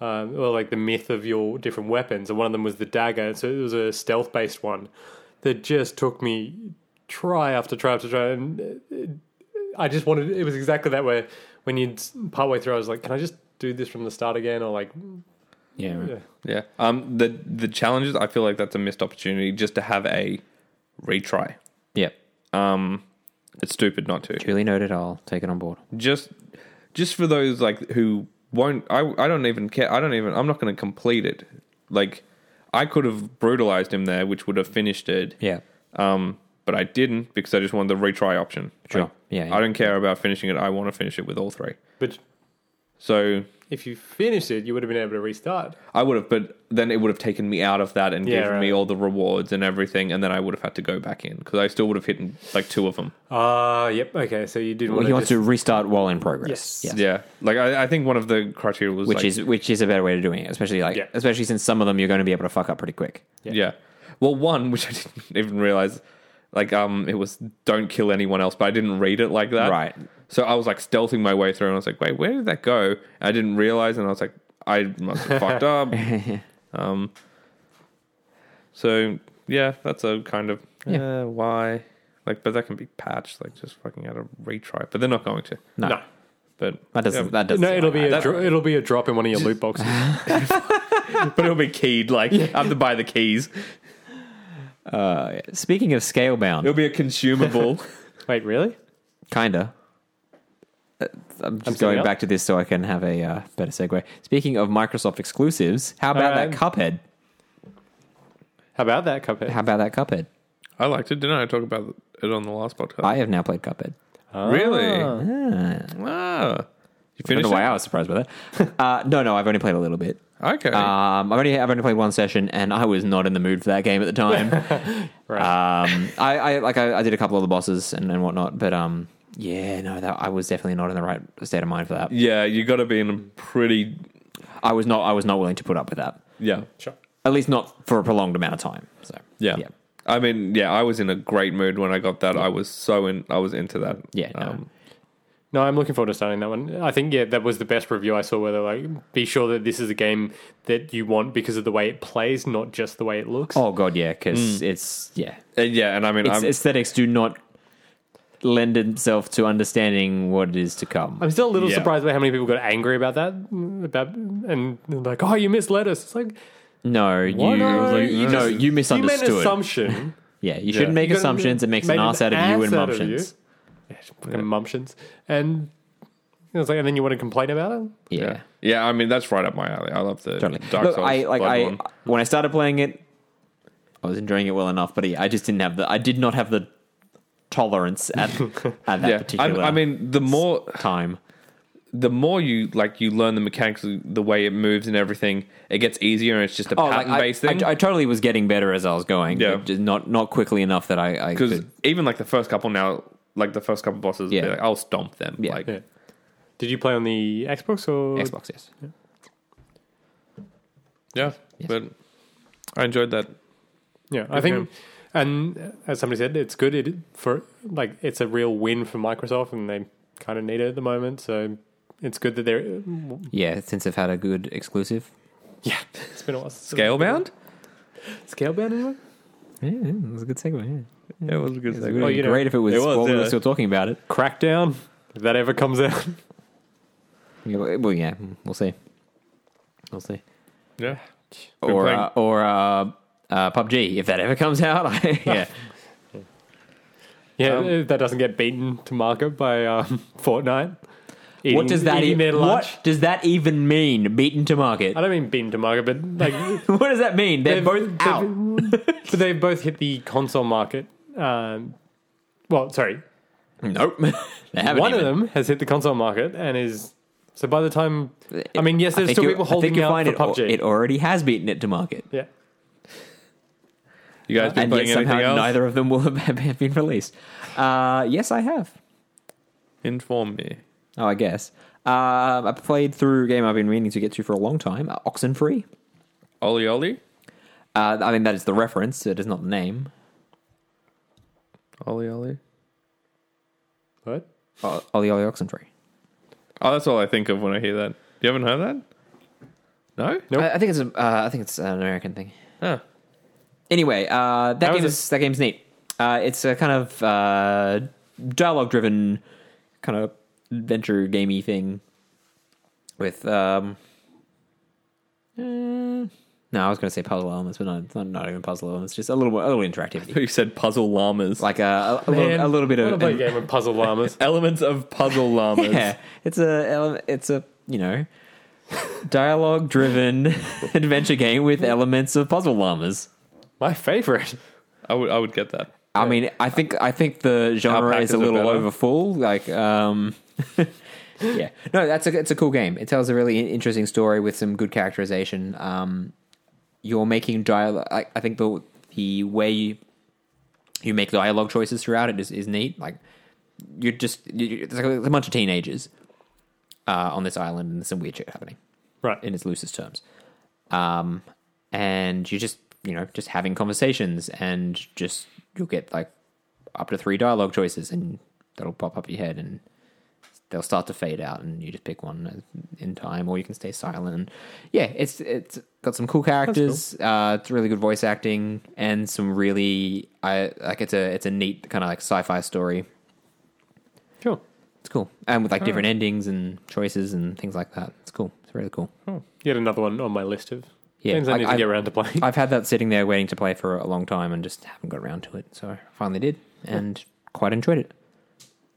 Um, or like the myth of your different weapons, and one of them was the dagger. So it was a stealth-based one that just took me try after try after try, and uh, I just wanted. It was exactly that where when you'd partway through, I was like, "Can I just do this from the start again?" Or like,
Yeah. right.
yeah. Um, the the challenges I feel like that's a missed opportunity just to have a retry.
Yeah.
Um, it's stupid not to.
Duly noted. I'll take it on board.
just just for those like who won't I I don't even care I don't even I'm not going to complete it. Like I could have brutalized him there which would have finished it.
Yeah.
Um but I didn't because I just wanted the retry option.
Sure.
Like,
Yeah, yeah.
I don't care about finishing it. I want to finish it with all three.
but
So
if you finished it, you would have been able to restart.
I would have, but then it would have taken me out of that and
Yeah,
given
right.
me all the rewards and everything, and then I would have had to go back in because I still would have hit like two of them.
Ah, yep. Okay, so you didn't
Well,
want
he
to.
wants to restart while in progress.
Yes.
Yes.
Yeah, like I, I think one of the criteria was
Which
like,
is which is a better way of doing it, especially like
Yeah.
especially since some of them you're going to be able to fuck up pretty quick.
yeah. Well, one which I didn't even realize, like um, it was don't kill anyone else, but I didn't read it like that.
Right.
So I was like stealthing my way through, and I was like, wait, where did that go? And I didn't realize, and I was like, I must have fucked up. Um. So yeah, that's a kind of
Yeah.
uh, why, like, but that can be patched, like just fucking out a retry, but they're not going to.
No,
no.
But
that doesn't.
yeah,
That doesn't.
No, it'll be a
that.
dro- it'll be a drop in one of your loot boxes.
but it'll be keyed. Like I have to buy the keys.
Uh, speaking of scale bound,
It'll be a consumable.
Wait, really?
kinda. Uh, I'm just
sorry,
going
yeah.
back to this so I can have a uh, better segue. Speaking of Microsoft exclusives, how about that
Um,
Cuphead?
How about that, Cuphead?
How about that Cuphead?
I liked it. Didn't I talk about it on the last podcast?
I have now played Cuphead.
really?
Ah.
Wow. You
I don't
finished
know why I was surprised by that. uh, no, no, I've only played a little bit.
it? Okay.
Um, I've only I've only played one session, and I was not in the mood for that game at the time. um, I, I like I, I did a couple of the bosses and, and whatnot, but um, yeah, no, that I was definitely not in the right state of mind for that.
yeah, you got to be in a pretty.
I was not I was not willing to put up with that,
Yeah.
Sure.
at least not for a prolonged amount of time. So
Yeah.
yeah,
I mean, yeah, I was in a great mood when I got that. I was so in. I was into that. Um,
yeah. No.
No, I'm looking forward to starting that one. I think yeah, that was the best review I saw. Where they're like, be sure that this is a game that you want because of the way it plays, not just the way it looks.
oh god, yeah, because it's yeah,
And yeah, and I mean,
its
I'm,
aesthetics do not lend itself to understanding what is to come.
I'm still a little
Yeah.
surprised by how many people got angry about that. About and they're like, oh, you misled us. It's like
No, you,
What? No,
you,
you
no,
just-
you
you made
misunderstood.
an assumption.
yeah, you shouldn't make
You gotta
assumptions. It makes an
make
ass out of you and
ass out of you.
mumptions.
Yeah, fucking mumptions. And it was like, and then you want to complain about it?
Yeah.
yeah. yeah, I mean, that's right up my alley. I love the
totally.
Dark
Look,
Souls.
I like I
Bloodborne.
when I started playing it, I was enjoying it well enough, but yeah, I just didn't have the I did not have the tolerance at at that
yeah.
particular.
I, I mean, the more
time.
the more you like, you learn the mechanics, the way it moves and everything. It gets easier, and it's just a
Oh, like,
pattern
I,
based thing.
I, I totally was getting better as I was going.
Yeah.
but just not not quickly enough that I, I
because
could.
even like the first couple now, like the first couple bosses,
Yeah.
be like, I'll stomp them.
Yeah.
Like,
Yeah. Did you play on the Xbox or
Xbox, yes.
yeah, but I enjoyed that.
Yeah, I think, and uh, as somebody said, it's good. It for like it's a real win for Microsoft, and they kind of need it at the moment. So it's good that they're.
Yeah, since I've had a good exclusive.
Yeah, it's been a while. since-
Scale bound?
Scalebound, anyone?
Yeah, yeah, it was a good segue.
It was a good
Yeah, it
thing.
would
Well,
have
you
been
know,
great if it was,
it was,
while we were
yeah.
still talking about it.
Crackdown, if that ever comes out.
Yeah, well, well, yeah, we'll see. We'll see.
Yeah. Good
or
point.
uh, or uh, uh, PUBG if that ever comes out. I- yeah, um,
Yeah, if that doesn't get beaten to market by um, Fortnite.
what
Eating-
does that
eating
even
their lunch.
what does that even mean? Beaten to market.
I don't mean beaten to market, but like
What does that mean? They're
They've-
both
they've-
out.
but they both hit the console market. Um, well, sorry,
Nope, they haven't.
one
even.
of them has hit the console market and is. So by the time, I mean, yes,
I
there's
think
still
you-
people
I think
holding
you
out
find
for
it,
PUBG.
It already has beaten it to market,
yeah,
You guys been
and yet
playing anything
somehow
else?
neither of them will have have been released. Uh, yes, I have.
Inform me.
Oh, I guess. Um, I played through a game I've been meaning to get to for a long time, uh, Oxenfree.
Oli Oli?
Uh, I mean, that is the reference. It is not the name.
Oli Oli?
what?
Uh, Ollie Ollie Oxenfree.
Oh, that's all I think of when I hear that. You haven't heard that? No?
Nope.
I, I think it's a, uh, I think it's an American thing.
Huh.
Anyway, uh, that
How
game
is
is that game's neat. Uh, it's a kind of uh, dialogue driven kind of adventure gamey thing with um eh, no, I was going to say puzzle elements, but no, it's not, not even puzzle elements. Just a little, a little interactivity,
You said puzzle llamas.
like uh, a, a, a, little, a little bit
I wanna
of
play a game with puzzle llamas.
Elements of puzzle llamas.
yeah. It's a ele- it's a you know dialogue driven adventure game with elements of puzzle llamas.
My favorite.
I would I would get that.
I mean, I think I think the genre
Alpacas
is a
are
little
better.
overfull. Like, um, yeah. No, that's a it's a cool game. It tells a really in- interesting story with some good characterization. Um, you're making dialogue. I, I think the the way you, you make dialogue choices throughout it is, is neat. Like you're just you, you- it's like a bunch of teenagers uh, on this island, and there's some weird shit happening
Right.
in its loosest terms. Um, and you just you know just having conversations, and just you'll get like up to three dialogue choices, and that'll pop up your head, and they'll start to fade out, and you just pick one in time, or you can stay silent. And yeah, it's it's got some cool characters. Uh, it's really good voice acting, and some really I like it's a it's a neat kind of like sci-fi story.
Sure.
It's cool, and with like different endings and choices and things like that. It's cool. It's really cool.
Yet another one on my list of
Yeah,
games I,
I-
need to
I-
get around to playing.
I've had that sitting there waiting to play for a long time and just haven't got around to it. So I finally did and quite enjoyed it.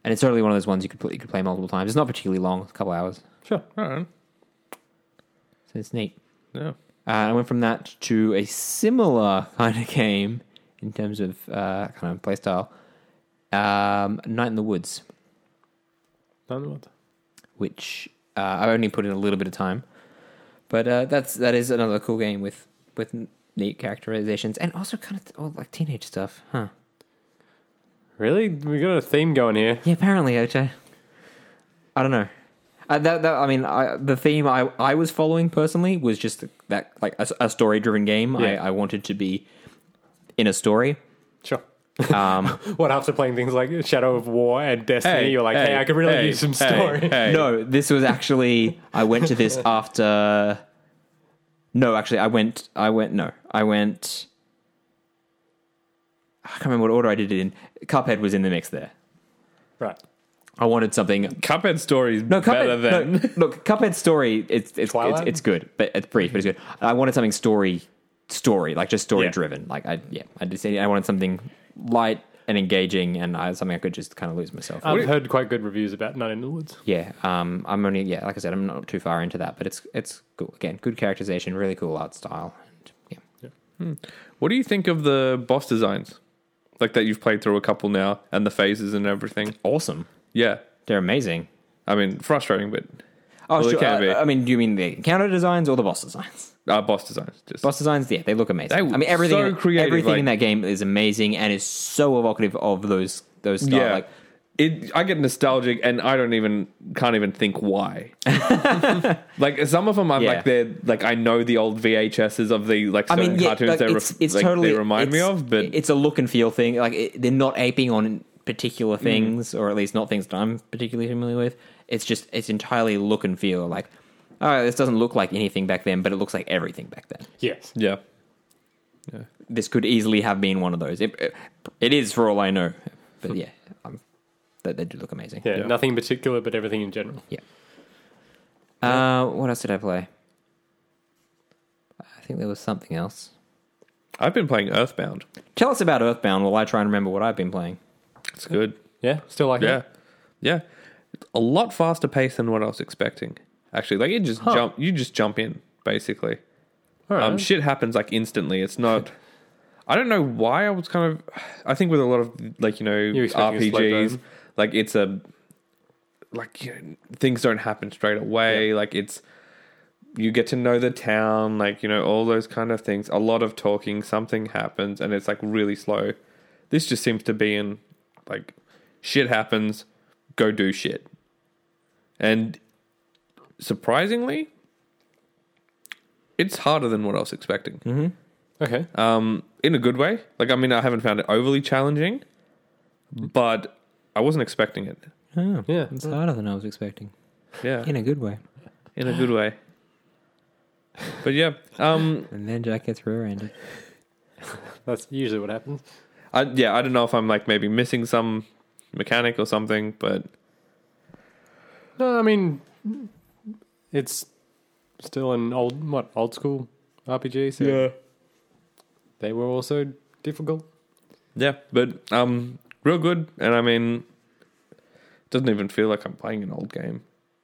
And it's totally one of those ones you could play, you could play multiple times. It's not particularly long, it's a couple hours,
sure.
All right.
so it's neat.
Yeah.
Uh, I went from that to a similar kind of game in terms of uh, kind of playstyle, um, Night in the Woods,
None of them.
which uh, I only put in a little bit of time, but uh, that's that is another cool game with with neat characterizations and also kind of all like teenage stuff, huh?
Really? We got a theme going here.
Yeah, apparently, OJ. I don't know. Uh, that, that, I mean, I, the theme I, I was following personally was just that like a, story driven game.
Yeah.
I, I wanted to be in a story.
Sure.
Um,
What after playing things like Shadow of War and Destiny, you're like, hey, I could really
hey,
use some
hey,
story.
hey.
no, this was actually I went to this after. No, actually, I went. I went. No, I went. I can't remember what order I did it in. Cuphead was in the mix there.
Right.
I wanted something
Cuphead story is
No,
better
Cuphead.
than.
no, look, Cuphead's story. It's it's, it's
Twilight?
it's good, but it's brief, but it's good. I wanted something story, story like just story driven. Like I yeah, I just I wanted something light and engaging, and I, something I could just kind of lose myself.
I've heard quite good reviews about None in the Woods.
yeah, um, I'm only yeah, like I said, I'm not too far into that, but it's it's cool. Again, good characterization, really cool art style. And yeah,
What do you think of the boss designs? Like that you've played through a couple now and the phases and everything.
awesome.
Yeah.
They're amazing.
I mean, frustrating, but
Oh,
Well, they
sure,
can
uh,
be.
I mean, do you mean the counter designs or the boss designs?
uh, boss designs. Just
Boss designs, yeah, they look amazing. I
They were
mean, everything,
so creative,
everything in
like-
that game is amazing and is so evocative of those those style.
yeah.
Like,
it, I get nostalgic, and I don't even can't even think why. like some of them, I'm
Yeah.
like they're like I know the old VHSs of the like
I
certain
mean, yeah,
cartoons
like,
they,
it's,
ref-
it's
like,
totally
they remind me
it's-
of, but
it's a look and feel thing. Like it, they're not aping on
Mm.
particular things, or at least not things that I'm particularly familiar with. It's just it's entirely look and feel. Like, oh, this doesn't look like anything back then, but it looks like everything back then.
Yes.
yeah,
This could easily have been one of those. It, it- it is, for all I know. But yeah, um, they, they do look amazing.
Yeah,
Yeah.
nothing in particular, but everything in general.
Uh, what else did I play? I think there was something else.
I've been playing Earthbound.
Tell us about Earthbound while I try and remember what I've been playing.
It's good.
Yeah, still like
Yeah,
it.
yeah, a lot faster pace than what I was expecting. Actually, like you just jump, you just jump in basically.
All right.
Um, shit happens like instantly. It's not. I don't know why I was kind of. I think with a lot of like you know
expecting a slow
RPGs,
burn.
like it's a like you know, things don't happen straight away. Like it's you get to know the town, like you know all those kind of things. A lot of talking, something happens, and it's like really slow. This just seems to be in like shit happens, go do shit, and surprisingly, it's harder than what I was expecting
okay.
um, in a good way. Like, I mean, I haven't found it overly challenging, but I wasn't expecting it.
Oh,
Yeah.
It's harder than I was expecting.
Yeah,
In a good way.
in a good way. But yeah, um,
And then Jack gets rear ended.
That's usually what happens.
I, yeah, I don't know if I'm like maybe missing some mechanic or something, but
No, I mean, it's still an old, what, old school RPG, so they were also difficult.
yeah, but um, real good. And I mean, it doesn't even feel like I'm playing an old game,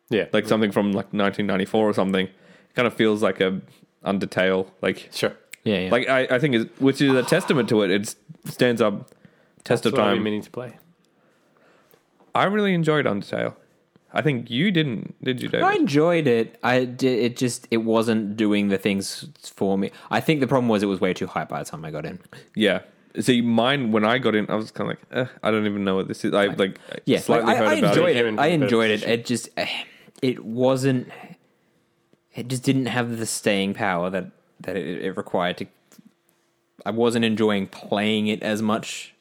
Yeah.
like something from like 1994 or something. It kind of feels like a Undertale, like
sure.
Yeah, yeah.
Like I, I think is which is a testament to it. It stands up test of
That's what I've been
time.
meaning to play.
I really enjoyed Undertale. I think you didn't, did you, David?
I enjoyed it. I did, it just it wasn't doing the things for me. I think the problem was it was way too high by the time I got in.
Yeah. See, mine when I got in, I was kind of like, eh, I don't even know what this is. I like,
Yeah,
slightly
like, I,
heard
I
about
enjoyed
it.
it.
Came into
I
a bit of
enjoyed it. It just eh, it wasn't. It just didn't have the staying power that that it, it required to. I wasn't enjoying playing it as much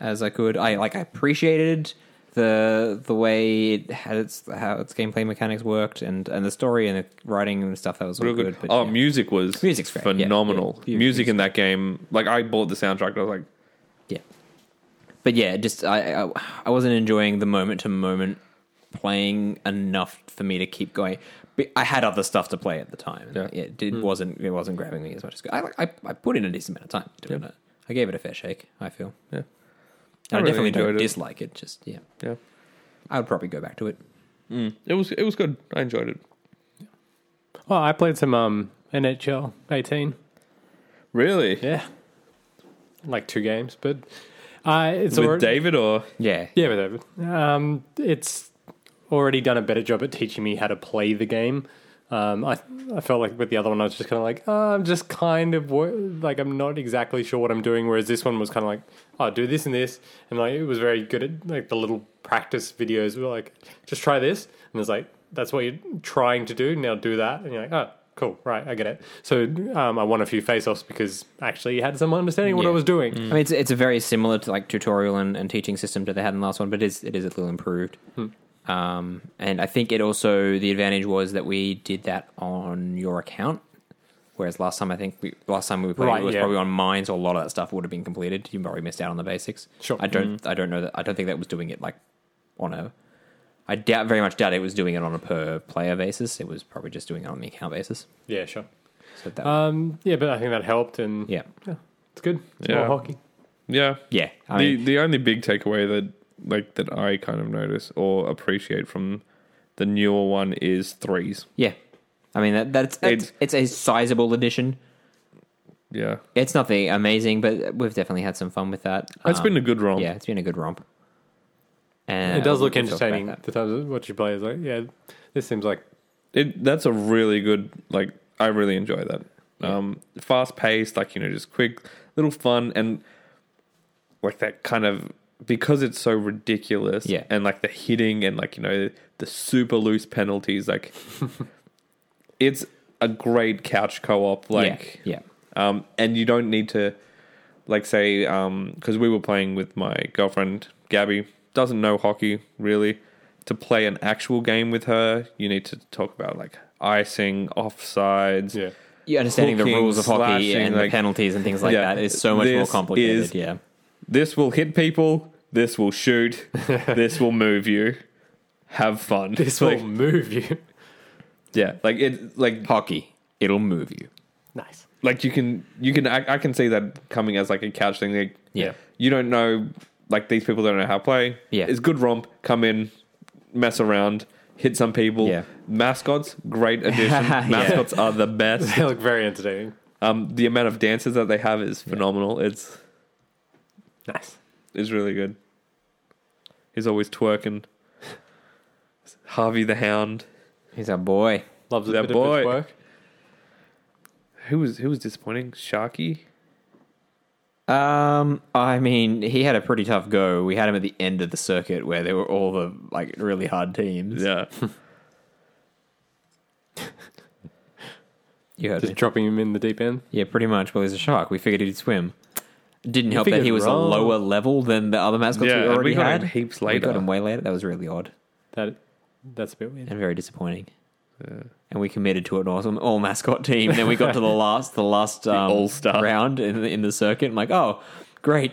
as I could. I like I appreciated the the way it had its how its gameplay mechanics worked and and the story and the writing and stuff that was all
Real
good.
good.
but
oh,
yeah.
music was
Music's great, yeah, yeah.
phenomenal.
Yeah,
Music in that game, like I bought the soundtrack. And I was like,
Yeah, but yeah, just I I, I wasn't enjoying the moment to moment playing enough for me to keep going. But I had other stuff to play at the time.
Yeah. Hmm.
it did, wasn't it wasn't grabbing me as much as I like- I I put in a decent amount of time doing it. I gave it a fair shake. I feel.
Yeah.
And I,
I really
definitely don't
enjoyed it.
dislike it. Just yeah,
yeah,
I would probably go back to it.
it was it was good. I enjoyed it.
Oh, I played some um, NHL 18.
Really,
Yeah. Like two games, but uh, it's
with
already,
David or
Yeah,
Yeah, with David. Um, it's already done a better job at teaching me how to play the game. Um, I I felt like with the other one, I was just kind of like, oh, I'm just kind of wo- like I'm not exactly sure what I'm doing. Whereas this one was kind of like, oh, do this and this, and like it was very good at like the little practice videos. We were like, just try this, and it's like that's what you're trying to do. Now do that, and you're like, oh, cool, right, I get it. So um, I won a few face-offs because I actually had some understanding what I
Yeah. Mm.
was doing.
I mean it's it's a very similar to like tutorial and, and teaching system that they had in the last one, but it is it is a little improved.
Hmm.
Um, and I think it also the advantage was that we did that on your account, whereas last time I think we last time we played
Right,
it was
yeah.
probably on mine, so a lot of that stuff would have been completed. You probably missed out on the basics.
Sure. Mm-hmm.
I don't I don't know that I don't think that was doing it like on a. I doubt very much doubt it was doing it on a per player basis. It was probably just doing it on the account basis.
Yeah, sure.
So that
Um, yeah, but I think that helped, and
yeah
It's good. It's
Yeah.
more hockey.
yeah.
yeah. I
the
mean,
the only big takeaway that like that I kind of notice or appreciate from the newer one is threes.
Yeah, I mean that that's, that's it's, a sizable addition.
Yeah,
It's nothing amazing, but we've definitely had some fun with that.
it's
Um,
been a good romp.
yeah, it's been a good romp. And
it does
we
look
can talk about
entertaining.
that.
The times what you play is like, yeah, this seems like
it that's a really good like I really enjoy that. Um fast paced, like you know, just quick, little fun and like that kind of because it's so ridiculous
Yeah.
and like the hitting and like you know the super loose penalties like it's a great couch co-op like
yeah, yeah.
um, and you don't need to, like, say, because we were playing with my girlfriend Gabby, doesn't know hockey really. To play an actual game with her, you need to talk about like icing, offsides.
yeah.
You understanding the
Hooking,
rules of hockey
slashing,
and the
like-
penalties and things like
Yeah,
that is so much more
this
complicated.
is-
yeah,
This will hit people. This will shoot. this will move you. Have fun.
This
like,
will move you.
yeah, like it, like
hockey. It'll move you.
nice.
like you can you can I, I can see that coming as like a couch thing. Like,
Yeah.
you don't know like these people don't know how to play.
Yeah.
it's good romp. Come in, mess around, hit some people.
Yeah.
mascots great addition.
Yeah.
Mascots are the best.
They look very entertaining.
Um, the amount of dances that they have is phenomenal. It's
Nice.
it's really good. He's always twerking. Harvey the Hound.
He's our boy.
Loves a
That
bit of
boy.
bitch work.
Who was who was disappointing? Sharky.
Um, I mean, he had a pretty tough go. We had him at the end of the circuit where there were all the like really hard teams.
Yeah.
You heard me.
Just dropping him in the deep end.
Yeah, pretty much. Well, he's a shark. We figured he'd swim. Didn't help that he
figured
was
wrong.
a lower level than the other mascots
Yeah,
we
and
already
we got
had.
him heaps
We
later.
got him way later. That was really odd
That that's a bit weird.
and very disappointing. And we committed to an awesome all mascot team. Then we got to the last, the last um,
all-star.
round in the, in the circuit. I'm like, oh, great.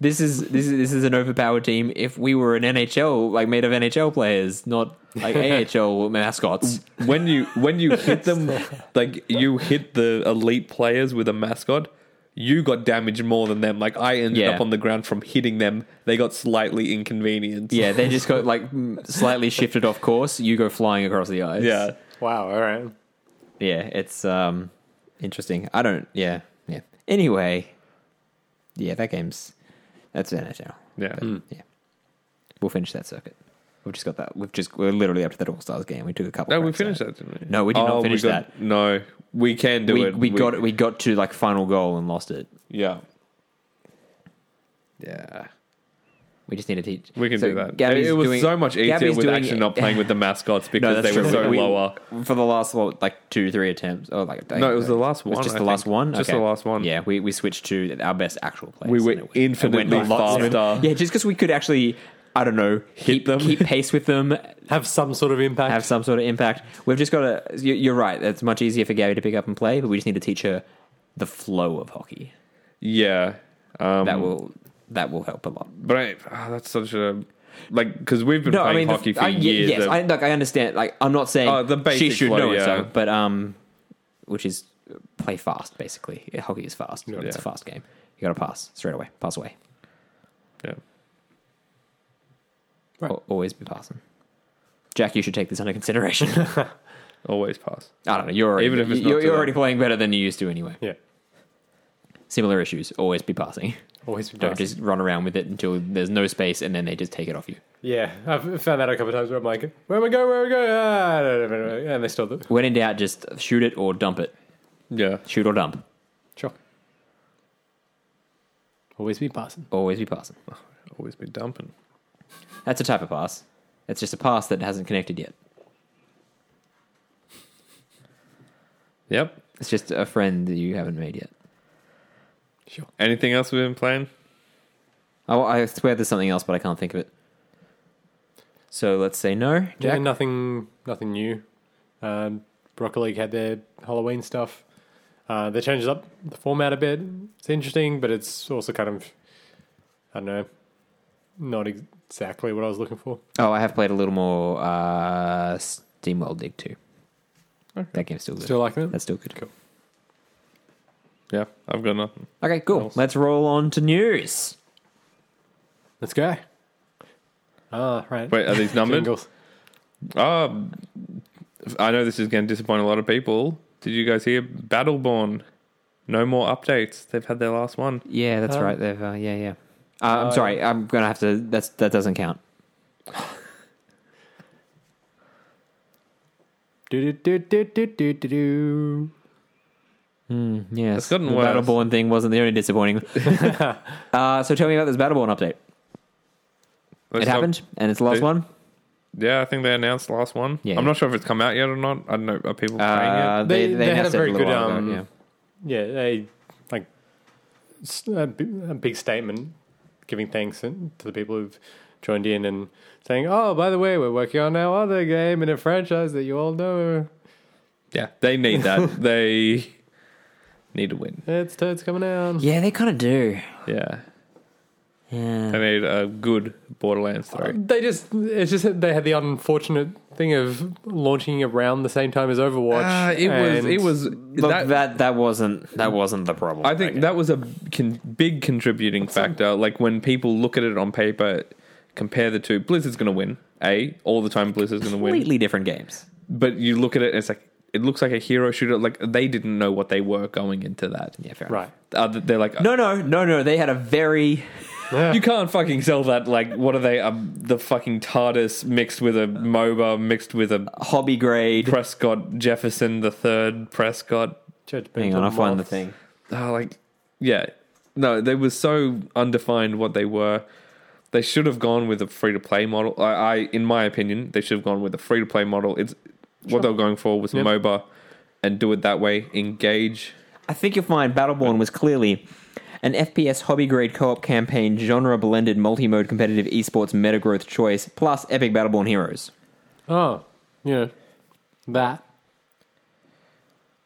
This is this is this is an overpowered team. If we were an NHL, like made of NHL players, not like AHL mascots.
when you when you hit them like you hit the elite players with a mascot you got damaged more than them like i ended
Yeah.
up on the ground from hitting them they got slightly inconvenienced
Yeah, they just got like slightly shifted off course. You go flying across the ice.
yeah
Wow. All right.
yeah, it's um interesting. I don't yeah, yeah. Anyway, yeah, that game's that's NHL.
yeah
Hmm. We'll finish that circuit. We've just got that. We've just we're literally up to that All Stars game. We took a couple.
No, we
breaks
finished
there.
that, didn't we?
No, we did not finish
got- No, we can do
We,
it.
we got it. We got to like final goal and lost it.
Yeah. Yeah.
We just need to teach.
We can
So
do that.
Gabby's
it was
doing-
so much easier
Gabby's
with
doing-
actually not playing with the mascots because they
that's
were
true.
so
We-
lower.
for the last what, like two, three attempts. Oh, like
No, it was the last
It was
one,
just
I
the last
think.
one.
Just
Okay.
the last one.
Yeah, we, we switched to our best actual players.
We were
and it went-
infinitely
it went a lot smoother.
faster.
Yeah, just because we could actually, I don't know, keep
them.
keep pace with them,
Have some sort of impact.
have some sort of impact. We've just got to. you- You're right. It's much easier for Gabby to pick up and play, but we just need to teach her the flow of hockey.
Yeah. Um,
That will that will help a lot.
But I, ah, that's such a like because we've been
No, I
playing
mean, the-
hockey for
I- ye-
years.
Yes,
and-
I, look, I understand. Like, I'm not saying
Oh, the
she
basic
should
flow,
know it,
yeah.
so, but um, which is uh, play fast, basically. Yeah, Hockey is fast. It's a
Yeah.
fast game. You got to pass straight away. Pass away.
yeah.
Right.
Al- always be passing. Jack, you should take this under consideration. I
Always pass.
don't know. You're already,
Even if it's not
you're,
to
you're
that.
already playing better than you used to anyway.
yeah.
Similar issues. Always be passing.
Always be
Don't
nice.
just run around with it until there's no space, and then they just take it off you.
Yeah, I've found that a couple of times where I'm like, where am I going? Where am I going? Ah, I don't know. And they still do.
When in doubt, just shoot it or dump it.
Yeah.
Shoot or dump.
Sure. Always be passing.
Always be passing.
Always be dumping.
That's a type of pass. It's just a pass that hasn't connected yet.
Yep.
It's just a friend that you haven't made yet.
Sure.
Anything else we've been playing?
Oh, I swear there's something else, but I can't think of it. So let's say no.
Yeah, nothing, nothing new. Um, Rocket League had their Halloween stuff. Uh, they changed up the format a bit. It's interesting, but it's also kind of, I don't know, not ex- exactly what I was looking for.
Oh, I have played a little more uh, Steamworld Dig 2. That game's still good.
Still liking it?
That's still good. Cool.
Yeah, I've got nothing.
Okay, cool. Let's roll on to news.
Let's go. Ah, right.
Wait, are these numbered?
Jingles.
Um, I know this is going to disappoint a lot of people. Did you guys hear Battleborn? No more updates. They've had their last one.
Yeah, that's
Um,
right. They've, uh, yeah, yeah. Uh, I'm
uh,
sorry. I'm gonna have to. That's that doesn't count.
Do do do do do do do. Mhm.
Yes,
It's gotten
the
worse.
Battleborn thing wasn't the only disappointing. uh, so tell me about this Battleborn update.
Let's
it
talk-
happened, and it's the last
It-
one.
Yeah, I think they announced the last one.
Yeah.
I'm not sure if it's come out yet or not. I don't know. Are people playing
Uh,
it?
they,
They-
they,
they had
announced
a
it
very
little
good,
while ago,
um,
yeah.
Yeah, they like s- a bi- a big statement giving thanks and- to the people who've joined in and saying, "Oh, by the way, we're working on our other game in a franchise that you all know.
Yeah, they need that. they need to win.
It's Toad's coming out."
Yeah, they kind of do.
Yeah,
Yeah.
they need a good Borderlands three.
They just it's just that they had the unfortunate thing of launching around the same time as Overwatch.
Ah, it was.
and-
It was.
Look,
that-
that, that wasn't that wasn't the problem.
I think that was a con- big contributing factor. Like when people look at it on paper, compare the two. Blizzard's going to win. A all the time. Blizzard's going to win.
completely different games.
But you look at it, and it's like it looks like a hero shooter. Like they didn't know what they were going into that.
Yeah, fair.
right.
Uh, they're like,
No, no, no, no. They had a very
You can't fucking sell that. Like, what are they? Um, the fucking TARDIS mixed with a MOBA mixed with a
hobby grade.
Prescott Jefferson the third Prescott.
Judgmental
Hang on, I'll find the
moths.
thing.
Oh, like, yeah, no, they were so undefined what they were. They should have gone with a free to play model. I, I, in my opinion, they should have gone with a free to play model. It's what they were going for was MOBA, and do it that way. Engage.
I think you'll find Battleborn was clearly an FPS hobby grade co op campaign, genre blended, multi mode competitive esports meta growth choice, plus epic Battleborn heroes.
Oh, yeah, that.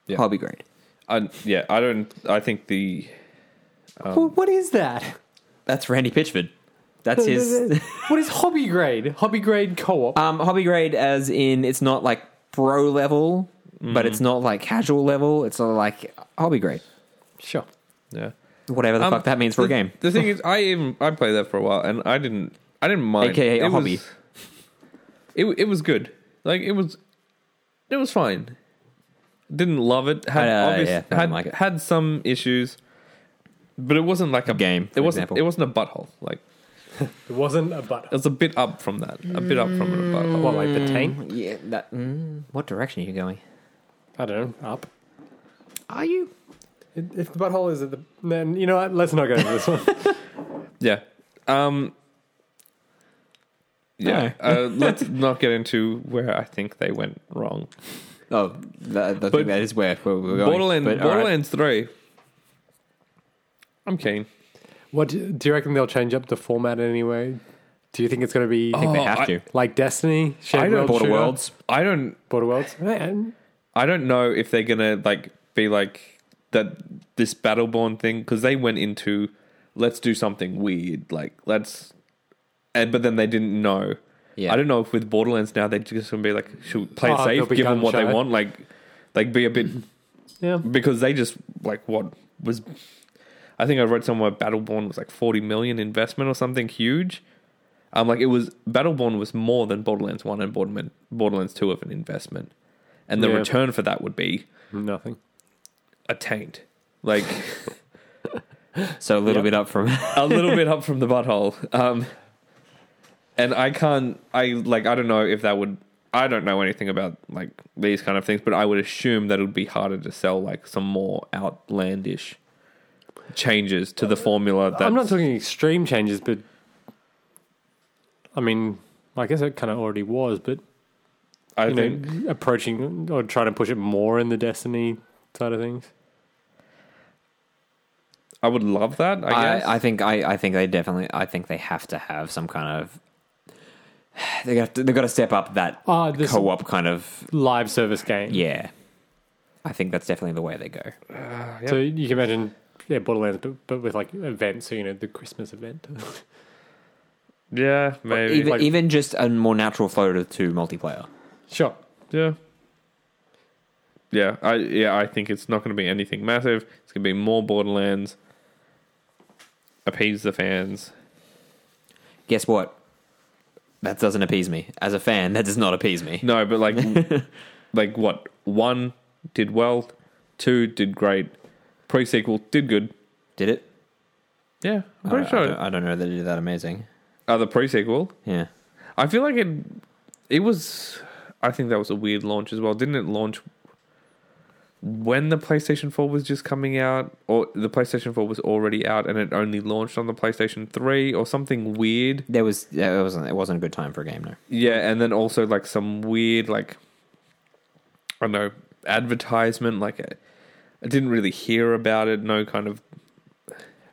Yeah.
Hobby grade.
I, yeah, I don't. I think the
Wh- what is that?
That's Randy Pitchford. That's his.
what is hobby grade? Hobby grade co-op.
Um, hobby grade, as in it's not like pro level,
Mm-hmm.
but it's not like casual level. It's sort of like hobby grade,
sure.
yeah.
whatever the
Um,
fuck that means for
the,
a game.
The thing is, I even I played that for a while, and I didn't I didn't mind.
AKA a
It was-
hobby.
It it was good. Like it was, it was fine. Didn't love it. Had
Uh,
obvious,
yeah, I don't
had,
like it.
had some issues, but it wasn't like a
Game,
It
for
wasn't.
example.
It wasn't a butthole. Like
It wasn't a butt.
It's a bit up from that. A bit up from it. But
What, like the tank?
Mm, yeah, that. Mm, what direction are you going?
I don't know. Up.
Are you?
If the butthole is at the, then you know what? Let's not go into this one.
Mm.
Yeah. Um, yeah. uh, let's not get into where I think they went wrong.
Oh, that, I
But-
think that is where where we're going.
Borderlands,
But, all right.
Borderlands 3. I'm keen.
What do do you reckon they'll change up the format anyway? Do you think it's going to be
I think
Oh,
they have
I-
to.
like Destiny, Shared World
Border
shooter?
Worlds.
I don't
Border Worlds? Man,
I don't know if they're gonna like be like that this Battleborn thing because they went into let's do something weird like let's and but then they didn't know.
Yeah.
I don't know if with Borderlands now they're just gonna be like should play it
Oh, they'll
safe,
be
give them
gun
what they
shy.
want, like like be a bit
Yeah.
because they just like what was I think I read somewhere Battleborn was like forty million investment or something huge. Um, like it was Battleborn was more than Borderlands one and Borderman, Borderlands two of an investment, and the
Yeah.
return for that would be
Mm-hmm, Nothing.
a taint, like
So a little
Yep.
bit up from.
a little bit up from the butthole. Um, and I can't, I like, I don't know if that would, I don't know anything about like these kind of things, but I would assume that it would be harder to sell like some more outlandish changes to the formula. That
I'm not talking extreme changes, but I mean, I guess it kind of already was, but
I
you
think
know, approaching or trying to push it more in the Destiny side of things.
I would love that. I guess.
I, I think I, I think they definitely I think they have to have some kind of they got to, they got to step up that
Ah, this
co-op kind of
live service game.
yeah. I think that's definitely the way they go.
So you can imagine, yeah, Borderlands, but, but with like events. So you know, the Christmas event.
yeah, maybe.
Even,
like-
even just a more natural flow to, to multiplayer.
sure.
yeah. Yeah, I yeah, I think it's not going to be anything massive. It's going to be more Borderlands. Appease the fans.
Guess what? That doesn't appease me as a fan. That does not appease me.
No, but like, like what? One did well, two did great, pre sequel did good.
Did it?
Yeah, I'm
I don't-
pretty
I
sure.
don't, I don't know that it did that amazing.
Uh, the pre sequel.
Yeah.
I feel like it. It was. I think that was a weird launch as well. Didn't it launch when the PlayStation Four was just coming out, or the PlayStation Four was already out, and it only launched on the PlayStation Three, or something weird?
There was yeah, it wasn't it wasn't a good time for a game, no.
Yeah, and then also like some weird like I don't know advertisement. Like I, I didn't really hear about it. No kind of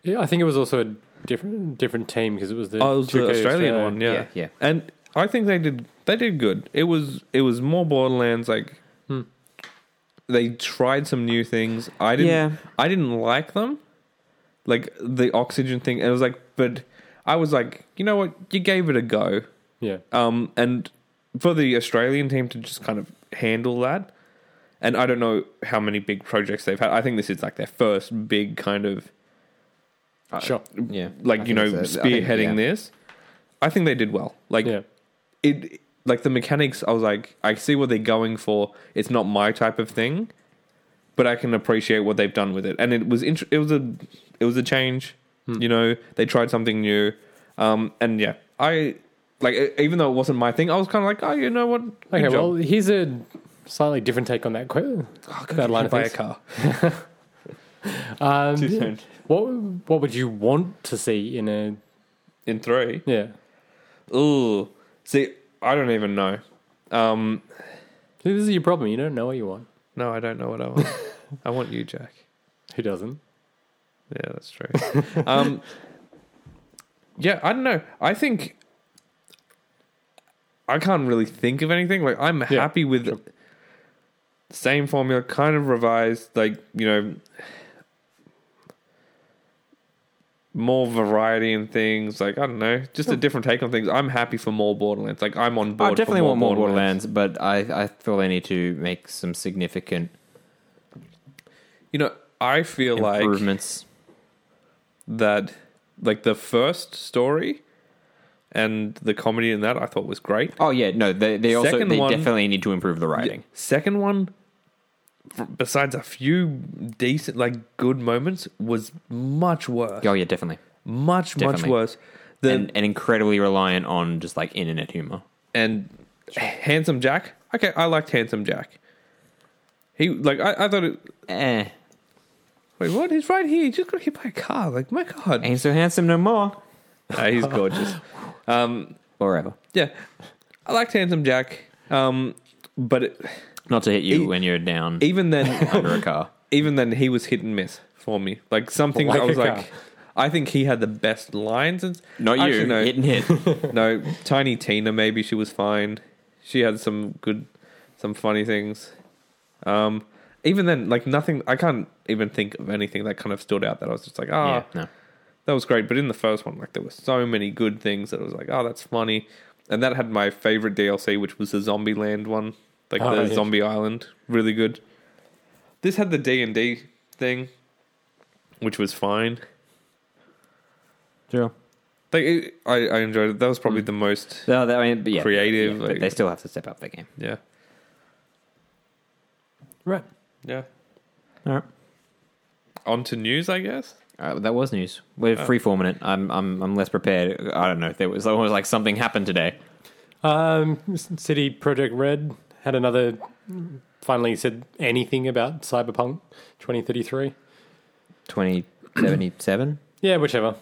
Yeah, I think it was also a different different team because it was the
oh, it was the
2K
Australian
Australia.
one. Yeah.
Yeah, yeah.
And I think they did they did good. It was it was more Borderlands. Like they tried some new things. I didn't
Yeah.
I didn't like them. Like the oxygen thing. It was like, but I was like, you know what? You gave it a go.
Yeah,
Um, and for the Australian team to just kind of handle that, and I don't know how many big projects they've had. I think this is like their first big kind of Uh,
sure.
Yeah.
like
I
you know
think it's a- I think-
spearheading
yeah.
this. I think they did well. Like
Yeah,
it, like the mechanics. I was like, I see what they're going for. It's not my type of thing, but I can appreciate what they've done with it. And it was int- it was a it was a change.
Hmm.
You know, they tried something new, um, and yeah, I like e- even though it wasn't my thing, I was kind of like, oh, you know what? Good
Okay,
job.
well, here's a slightly different take on that que-
Oh,
that line of
buy a
things.
car.
Um,
Too
yeah.
soon.
What What would you want to see in a
in three.
yeah?
Ooh, see, I don't even know. Um,
See, This is your problem. You don't know what you want.
no, I don't know what I want. I want you, Jack.
Who doesn't?
Yeah, that's true. um, yeah, I don't know. I think I can't really think of anything. Like, I'm happy with
sure.
same formula, kind of revised. Like, you know, more variety in things. Like, I don't know, just a different take on things. I'm happy for more Borderlands. Like, I'm on board.
I definitely
for more
want more
Borderlands.
Borderlands, but I, I feel they need to make some significant
You know, I feel like
improvements.
that like the first story and the comedy in that I thought was great.
oh yeah, no, they, they also
Second
they
one-
definitely need to improve the writing.
Second one, f- besides a few decent like good moments, was much worse.
Oh yeah, definitely.
Much much
Definitely.
worse. The-
and, and incredibly reliant on just like internet humor.
and Handsome Jack. Okay, I liked Handsome Jack. He like I, I thought it.
Eh,
Wait, what? He's right here. He just got hit by a car. Like my god,
ain't so handsome no more.
Ah, he's gorgeous. Um,
Forever.
yeah, I liked Handsome Jack. Um, but it,
Not to hit you
E-
when you're down
even then,
under a car.
even then, he was hit and miss for me. Like something that
Like
I
a
was
car.
like, I think he had the best lines. And,
Not you.
Actually, no.
Hit and hit.
no, Tiny Tina. Maybe she was fine. She had some good, some funny things. Um, even then, like nothing. I can't even think of anything that kind of stood out that I was just like, ah,
yeah, no.
that was great. But in the first one, like there were so many good things that I was like, oh, that's funny. And that had my favorite DLC, which was the Zombie Land one, like
Oh,
the
yes.
Zombie Island, really good. This had the D and D thing, which was fine.
Sure.
Like it, I, I enjoyed it. That was probably the most
No, that, I mean, but yeah,
Creative,
yeah, but
like-
they still have to step up their game.
yeah
Right.
yeah.
All right.
On to news, I guess.
All right, Uh, that was news. We're
Oh.
freeforming it. I'm, I'm, I'm less prepared. I don't know. There was almost like something happened today.
Um, City Project Red had another. Finally, said anything about Cyberpunk 2033?
2077.
Yeah, whichever.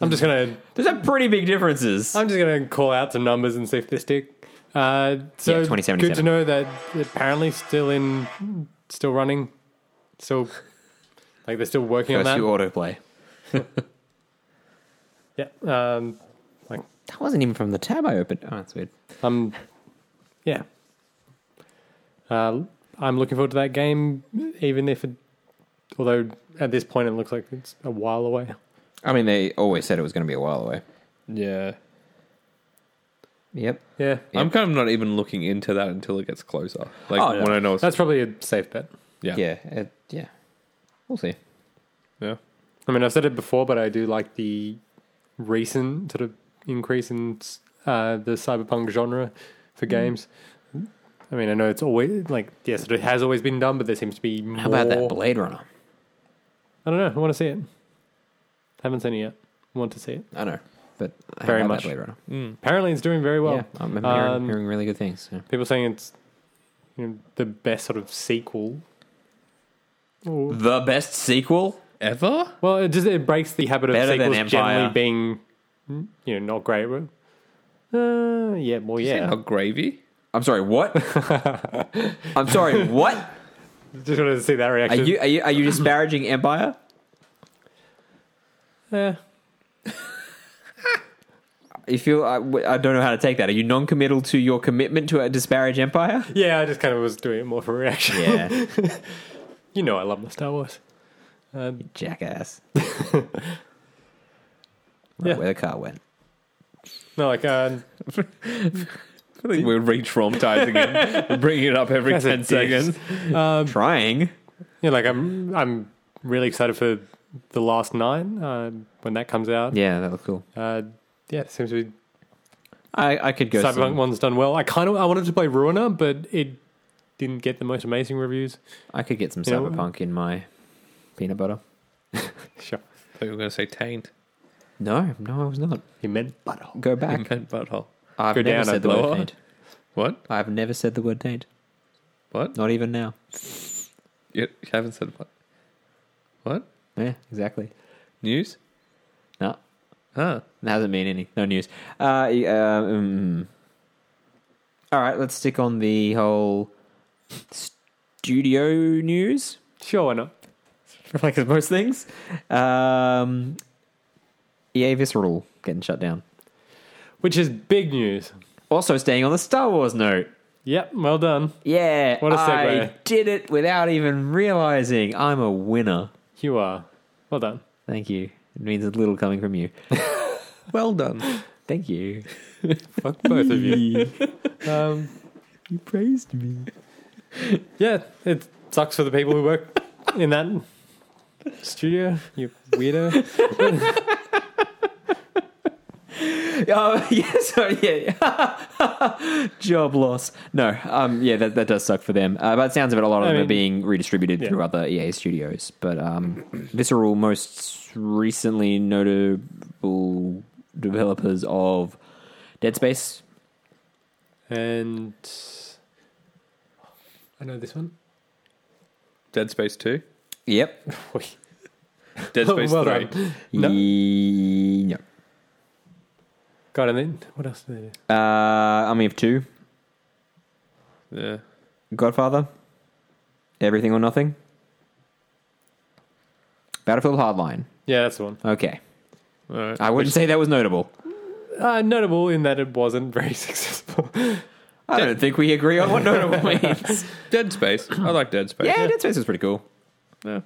I'm just gonna
There's some pretty big differences.
I'm just gonna call out some numbers and see if they stick. Uh, so
Yeah, 2077.
good to know that apparently still in, still running, still like they're still working on
First
that.
few autoplay.
Yeah. Um,
That wasn't even from the tab I opened. Oh, that's weird.
Um, yeah. Uh, I'm looking forward to that game, even if it, although at this point it looks like it's a while away.
I mean, they always said it was going to be a while away.
Yeah.
Yep.
Yeah.
Yeah.
I'm kind of not even looking into that until it gets closer. Like
Oh, yeah.
when I know it's
That's probably a safe bet.
yeah.
Yeah. it- yeah. We'll see.
Yeah.
I mean, I've said it before, but I do like the recent sort of increase in uh, the cyberpunk genre for games. I mean, I know it's always like yes, it has always been done, but there seems to be more.
How about that Blade Runner?
I don't know. I want to see it. Haven't seen it yet. Want to see it?
I know, but how
Very
about
much.
that Blade Runner.
Mm.
Apparently, it's doing very well.
yeah, I'm hearing,
um,
hearing really good things. yeah.
People saying it's you know, the best sort of sequel. Or-
The best sequel.
Ever?
Well, it just it breaks the habit of
Better than
sequels generally
Empire.
being mm, you know not great. right? Uh, yeah, well,
Yeah.
yeah.
gravy?
I'm sorry. What? I'm sorry. What?
Just wanted to see that
Are
reaction.
you are you are you disparaging Empire?
Yeah.
If you, I, I don't know how to take that. Are you non-committal to your commitment to uh, disparage Empire?
yeah, I just kind of was doing it more for reaction.
Yeah,
You know, I love the Star Wars. Uh,
jackass.
Yeah.
Right Where the car went.
no, like uh,
I think we're re-traumatizing it, We're bringing it up every
Guys are
ten seconds.
um,
Trying.
yeah, like I'm I'm really excited for the Last Nine uh, when that comes out.
Yeah, that looked cool.
Uh, yeah, it seems to be
I, I could go.
Cyberpunk
some-
one's done well. I kind of I wanted to play Ruiner, but it didn't get the most amazing reviews.
I could get some
You know-
cyberpunk in my peanut butter.
Sure,
I thought you were going to say taint.
No, no, I was not.
he meant butthole.
Go
I
back.
meant butthole.
I've
Go
never
down,
said the
Abdullah.
word taint.
What?
I've never said the word taint.
What?
Not even now.
You you haven't said what? What?
Yeah, exactly.
News?
No,
Huh.
that doesn't mean any. No news. Uh, y- uh, mm. All right, let's stick on the whole studio news.
Sure, why not?
like most things. Um, EA Visceral getting shut down.
Which is big news.
Also staying on the Star Wars note.
Yep, well done.
Yeah,
What a
I
segue.
did it without even realizing I'm a winner.
You are well done.
Thank you. It means a little coming from you.
Well done.
Thank you.
Fuck both of you.
you
Um,
praised me.
yeah, it sucks for the people who work in that studio. You weirdo.
Oh yeah, sorry, yeah, yeah. job loss. No, um, yeah, that, that does suck for them. Uh, but it sounds of it, a lot of
I
them are
mean-
being redistributed
Yeah.
through other E EA studios. But um, Visceral most recently notable developers of Dead Space.
And I know this one.
Dead Space 2,
Yep.
Dead Space
Well
3.
done.
No. no.
God, and then what else did they do?
Uh, Army of Two,
Yeah.
Godfather, Everything or Nothing, Battlefield Hardline.
Yeah, that's the one.
Okay.
All right.
I wouldn't say that was notable.
Uh, notable in that it wasn't very successful.
I don't think we agree on what notable means.
Dead Space. I like Dead Space.
yeah, Dead Space is pretty cool.
Yeah.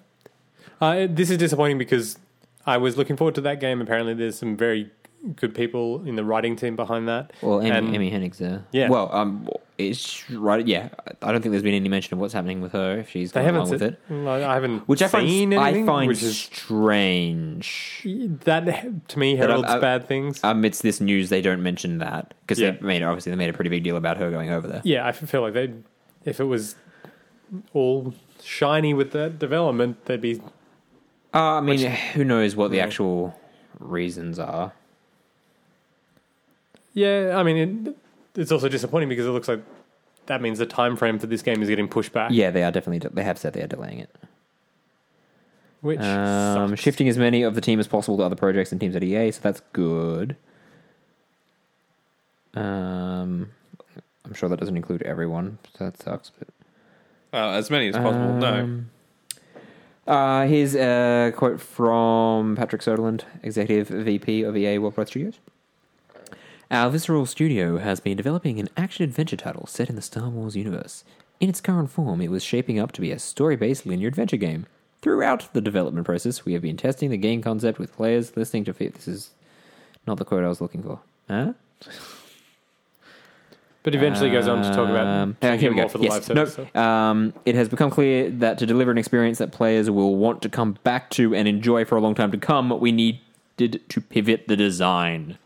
Uh, this is disappointing because I was looking forward to that game. Apparently, there's some very good people in the writing team behind that.
Well, Emmy,
And-
Emmy Hennig's there.
Yeah.
Well, um, it's right. Yeah, I don't think there's been any mention of what's happening with her if she's
They
going
haven't
along with
said-
it.
No, I haven't
Which I find
seen anything.
I find
which is
strange.
that to me
That I'm-
heralds
I-
bad things.
Amidst this news, they don't mention that because
Yeah.
they made obviously they made a pretty big deal about her going over there.
yeah, I feel like they, if it was all shiny with that development, they'd be
Uh, I mean, who knows what the actual reasons are?
Yeah, I mean, it, it's also disappointing because it looks like that means the time frame for this game is getting pushed back.
Yeah, they are definitely they have said they are delaying it.
which
Um,
sucks.
shifting as many of the team as possible to other projects and teams at EA, so that's good. Um, I'm sure that doesn't include everyone, so that sucks. But
Uh, as many as possible. no.
Um, Uh, here's a quote from Patrick Soderlund, Executive VP of EA Warcraft Studios. Our Visceral Studio has been developing an action adventure title set in the Star Wars universe. In its current form, it was shaping up to be a story based linear adventure game. Throughout the development process, we have been testing the game concept with players listening to feed. This is not the quote I was looking for. Huh?
but eventually goes on to
Um,
talk about
hang on, here
changing
we go.
more for the
Yes.
live service.
Nope. Um, it has become clear that to deliver an experience that players will want to come back to and enjoy for a long time to come, we needed to pivot the design.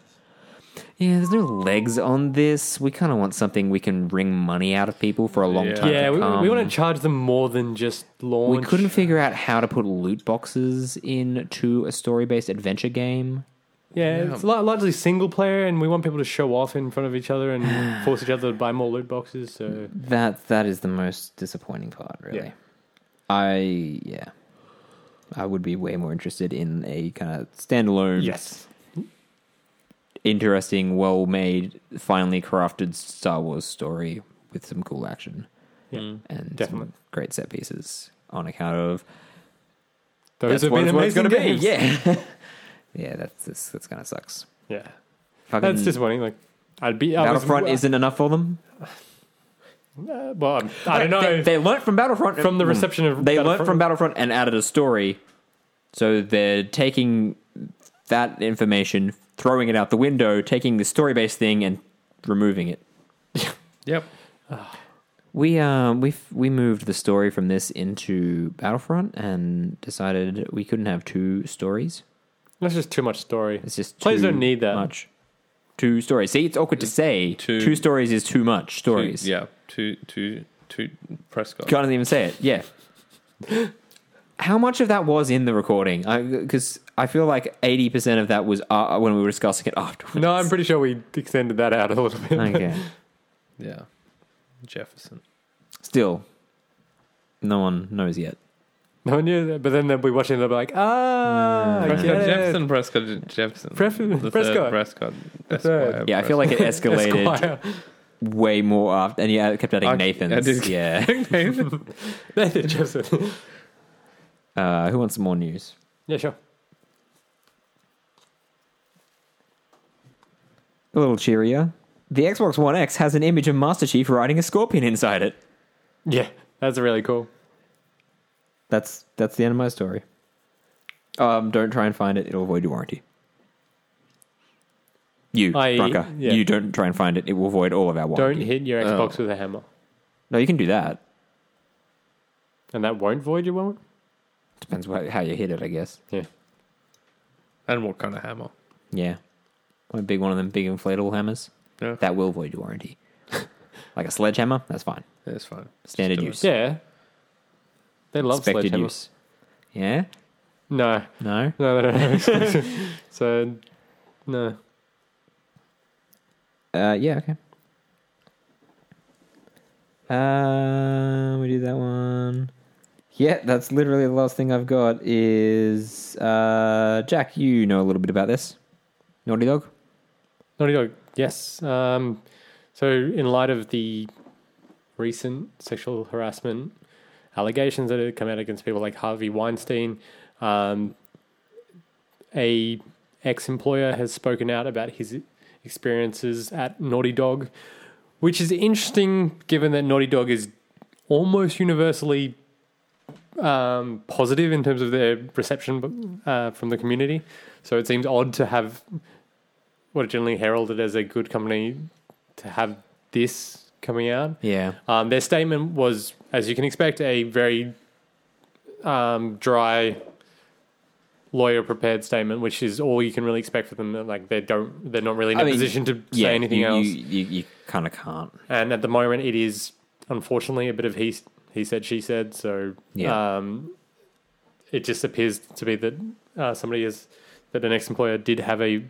Yeah, there's no legs on this. We kind of want something we can wring money out of people for a long
Yeah.
time. to
So. Yeah, we, we
come.
want to charge them more than just launch. uh,
We couldn't figure out how to put loot boxes into a story-based adventure game.
Yeah, it's li- largely single player, and we want people to show off in front of each other and force each other to buy more loot boxes. So
That that is the most disappointing part, really.
Yeah.
I yeah. I would be way more interested in a kind of standalone, interesting, well made, finely crafted Star Wars story with some cool action
yeah,
and
Definitely.
some great set pieces on account of
those
that's
have
what,
been
it's- what it's
amazing
going to be.
games.
Yeah, yeah, that's that's, that's kind of sucks.
yeah,
Fucking
that's disappointing. Like, I'd be I was-
Battlefront isn't enough for them.
Uh, well, I'm- I don't know.
They, they learnt from Battlefront
from the
Hmm.
reception of
they learnt
Battlefront-
from Battlefront and added a story. So they're taking that information, throwing it out the window, taking the story based thing and removing it.
Yep.
We um we f- we moved the story from this into Battlefront and decided we couldn't have two stories.
that's just too much story.
It's just
Players
too
don't need that.
much. Two stories. See, it's awkward to say.
Two-
two stories is too much
Two-
stories.
yeah. Two, two, two Prescott.
Can't even say it. Yeah. How much of that was in the recording? Because I, feel like eighty percent of that was uh, when we were discussing it afterwards.
No, I'm pretty sure we extended that out a little bit.
okay.
Yeah. Jefferson.
Still, no one knows yet.
No one knew that, but then they'll be watching and they'll be like, ah,
Mm.
I
Prescott
get it."
Jefferson, Prescott Jefferson.
Pref-
the
Prescott.
Third Prescott.
third.
Yeah, I feel like it escalated
Esquire.
way more after, and yeah, it kept adding
I- I
Nathan's.
did-
Yeah.
Nathan.
Nathan Jefferson.
Uh, who wants some more news?
yeah, sure.
A little cheerier. The Xbox One X has an image of Master Chief riding a scorpion inside it.
Yeah, that's really cool.
That's that's the end of my story. Um, don't try and find it; it'll void your warranty. You,
I- E?
Brucker,
yeah.
you don't try and find it; it will void all of our
Don't
warranty.
hit your Xbox with a hammer,
No, you can do that.
and that won't void your warrant.
Depends wh- how you hit it, I guess.
Yeah,
and what kind of hammer?
Yeah, a big one of them big inflatable hammers
Yeah.
that will void your warranty. like a sledgehammer, that's fine.
It's fine. Just
Standard
do it.
use.
yeah. They love
Expected
sledgehammers.
use. Yeah.
No,
No.
no, they don't. have exclusive. so, no.
Uh, yeah, okay. Um, we do that one. Yeah, that's literally the last thing I've got. Is uh, Jack? You know a little bit about this, Naughty Dog.
Naughty Dog, yes. Um, so, in light of the recent sexual harassment allegations that have come out against people like Harvey Weinstein, um, a ex-employer has spoken out about his experiences at Naughty Dog, which is interesting given that Naughty Dog is almost universally um, positive in terms of their reception uh, from the community. So it seems odd to have what are generally heralded as a good company to have this coming out.
Yeah,
Um, their statement was, as you can expect, a very um, dry, lawyer-prepared statement, which is all you can really expect for them. that, Like they don't, they're not really in
I
a
mean,
position to
yeah.
say anything
you,
else.
You, you, you kind of can't.
And at the moment, it is unfortunately a bit of he he said she said. So
Yeah.
um, it just appears to be that uh, somebody is that an ex-employer did have a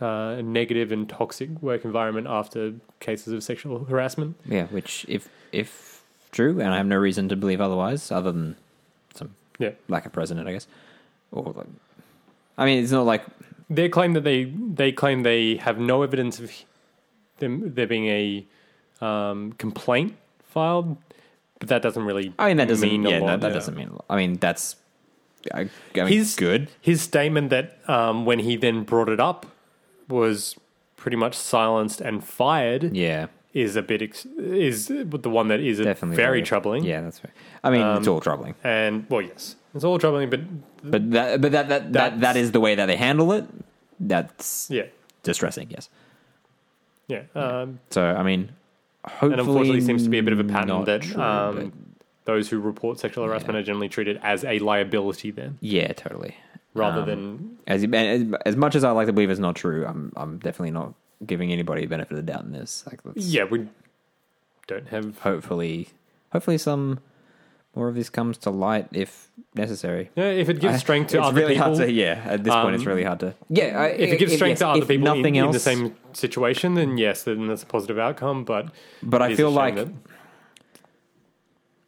uh, negative and toxic work environment after cases of sexual harassment.
Yeah, which if if true, and I have no reason to believe otherwise, other than some
Yeah.
lack of precedent, I guess. Or like, I mean, it's not like
They claim that they they claim they have no evidence of them there being a um, complaint filed, but that doesn't really.
I mean that doesn't
mean
yeah,
a
no,
lot.
that
yeah.
doesn't mean a lot. I mean that's I, I mean,
He's-
good.
His statement that um, when he then brought it up was pretty much silenced and fired
Yeah,
is a bit ex- is the one that is
definitely
very troubling. Um,
Yeah, that's right. I mean, it's all troubling.
And well, yes, it's all troubling, but
But that but that that, that that
That's-
is the way that they handle it. That's
yeah,
distressing. Yes.
yeah. Um,
So I mean, hopefully,
and unfortunately, seems to be a bit of a
not
pattern that
true,
um,
but-
those who report sexual harassment are generally treated as a liability then,
yeah, totally.
rather
Um,
than
as, as as much as I like to believe it's not true, I'm I'm definitely not giving anybody the benefit of the doubt in this. Like, let's
yeah, we don't have
hopefully, hopefully some more of this comes to light if necessary.
yeah, if it gives strength to
it's
other
really
people.
hard to yeah. At this point, it's
um,
really hard to yeah. I,
if it gives
yes,
strength to other
if
people
nothing
in, in
else,
the same situation, then yes, then that's a positive outcome. But
But
it
I
is a
feel
shame
like-
that-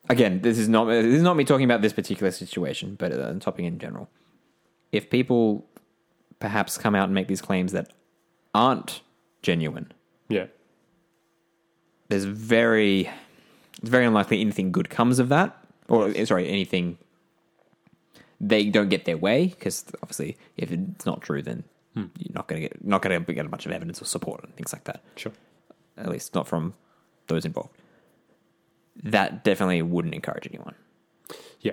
again, this is not this is not me talking about this particular situation, but uh, topic in general. If people perhaps come out and make these claims that aren't genuine,
yeah,
there's very it's very unlikely anything good comes of that, or eh, sorry, anything they don't get their way because obviously if it's not true, then you're not going to get not going to get a bunch of evidence or support and things like that.
sure,
at least not from those involved. That definitely wouldn't encourage anyone.
yeah,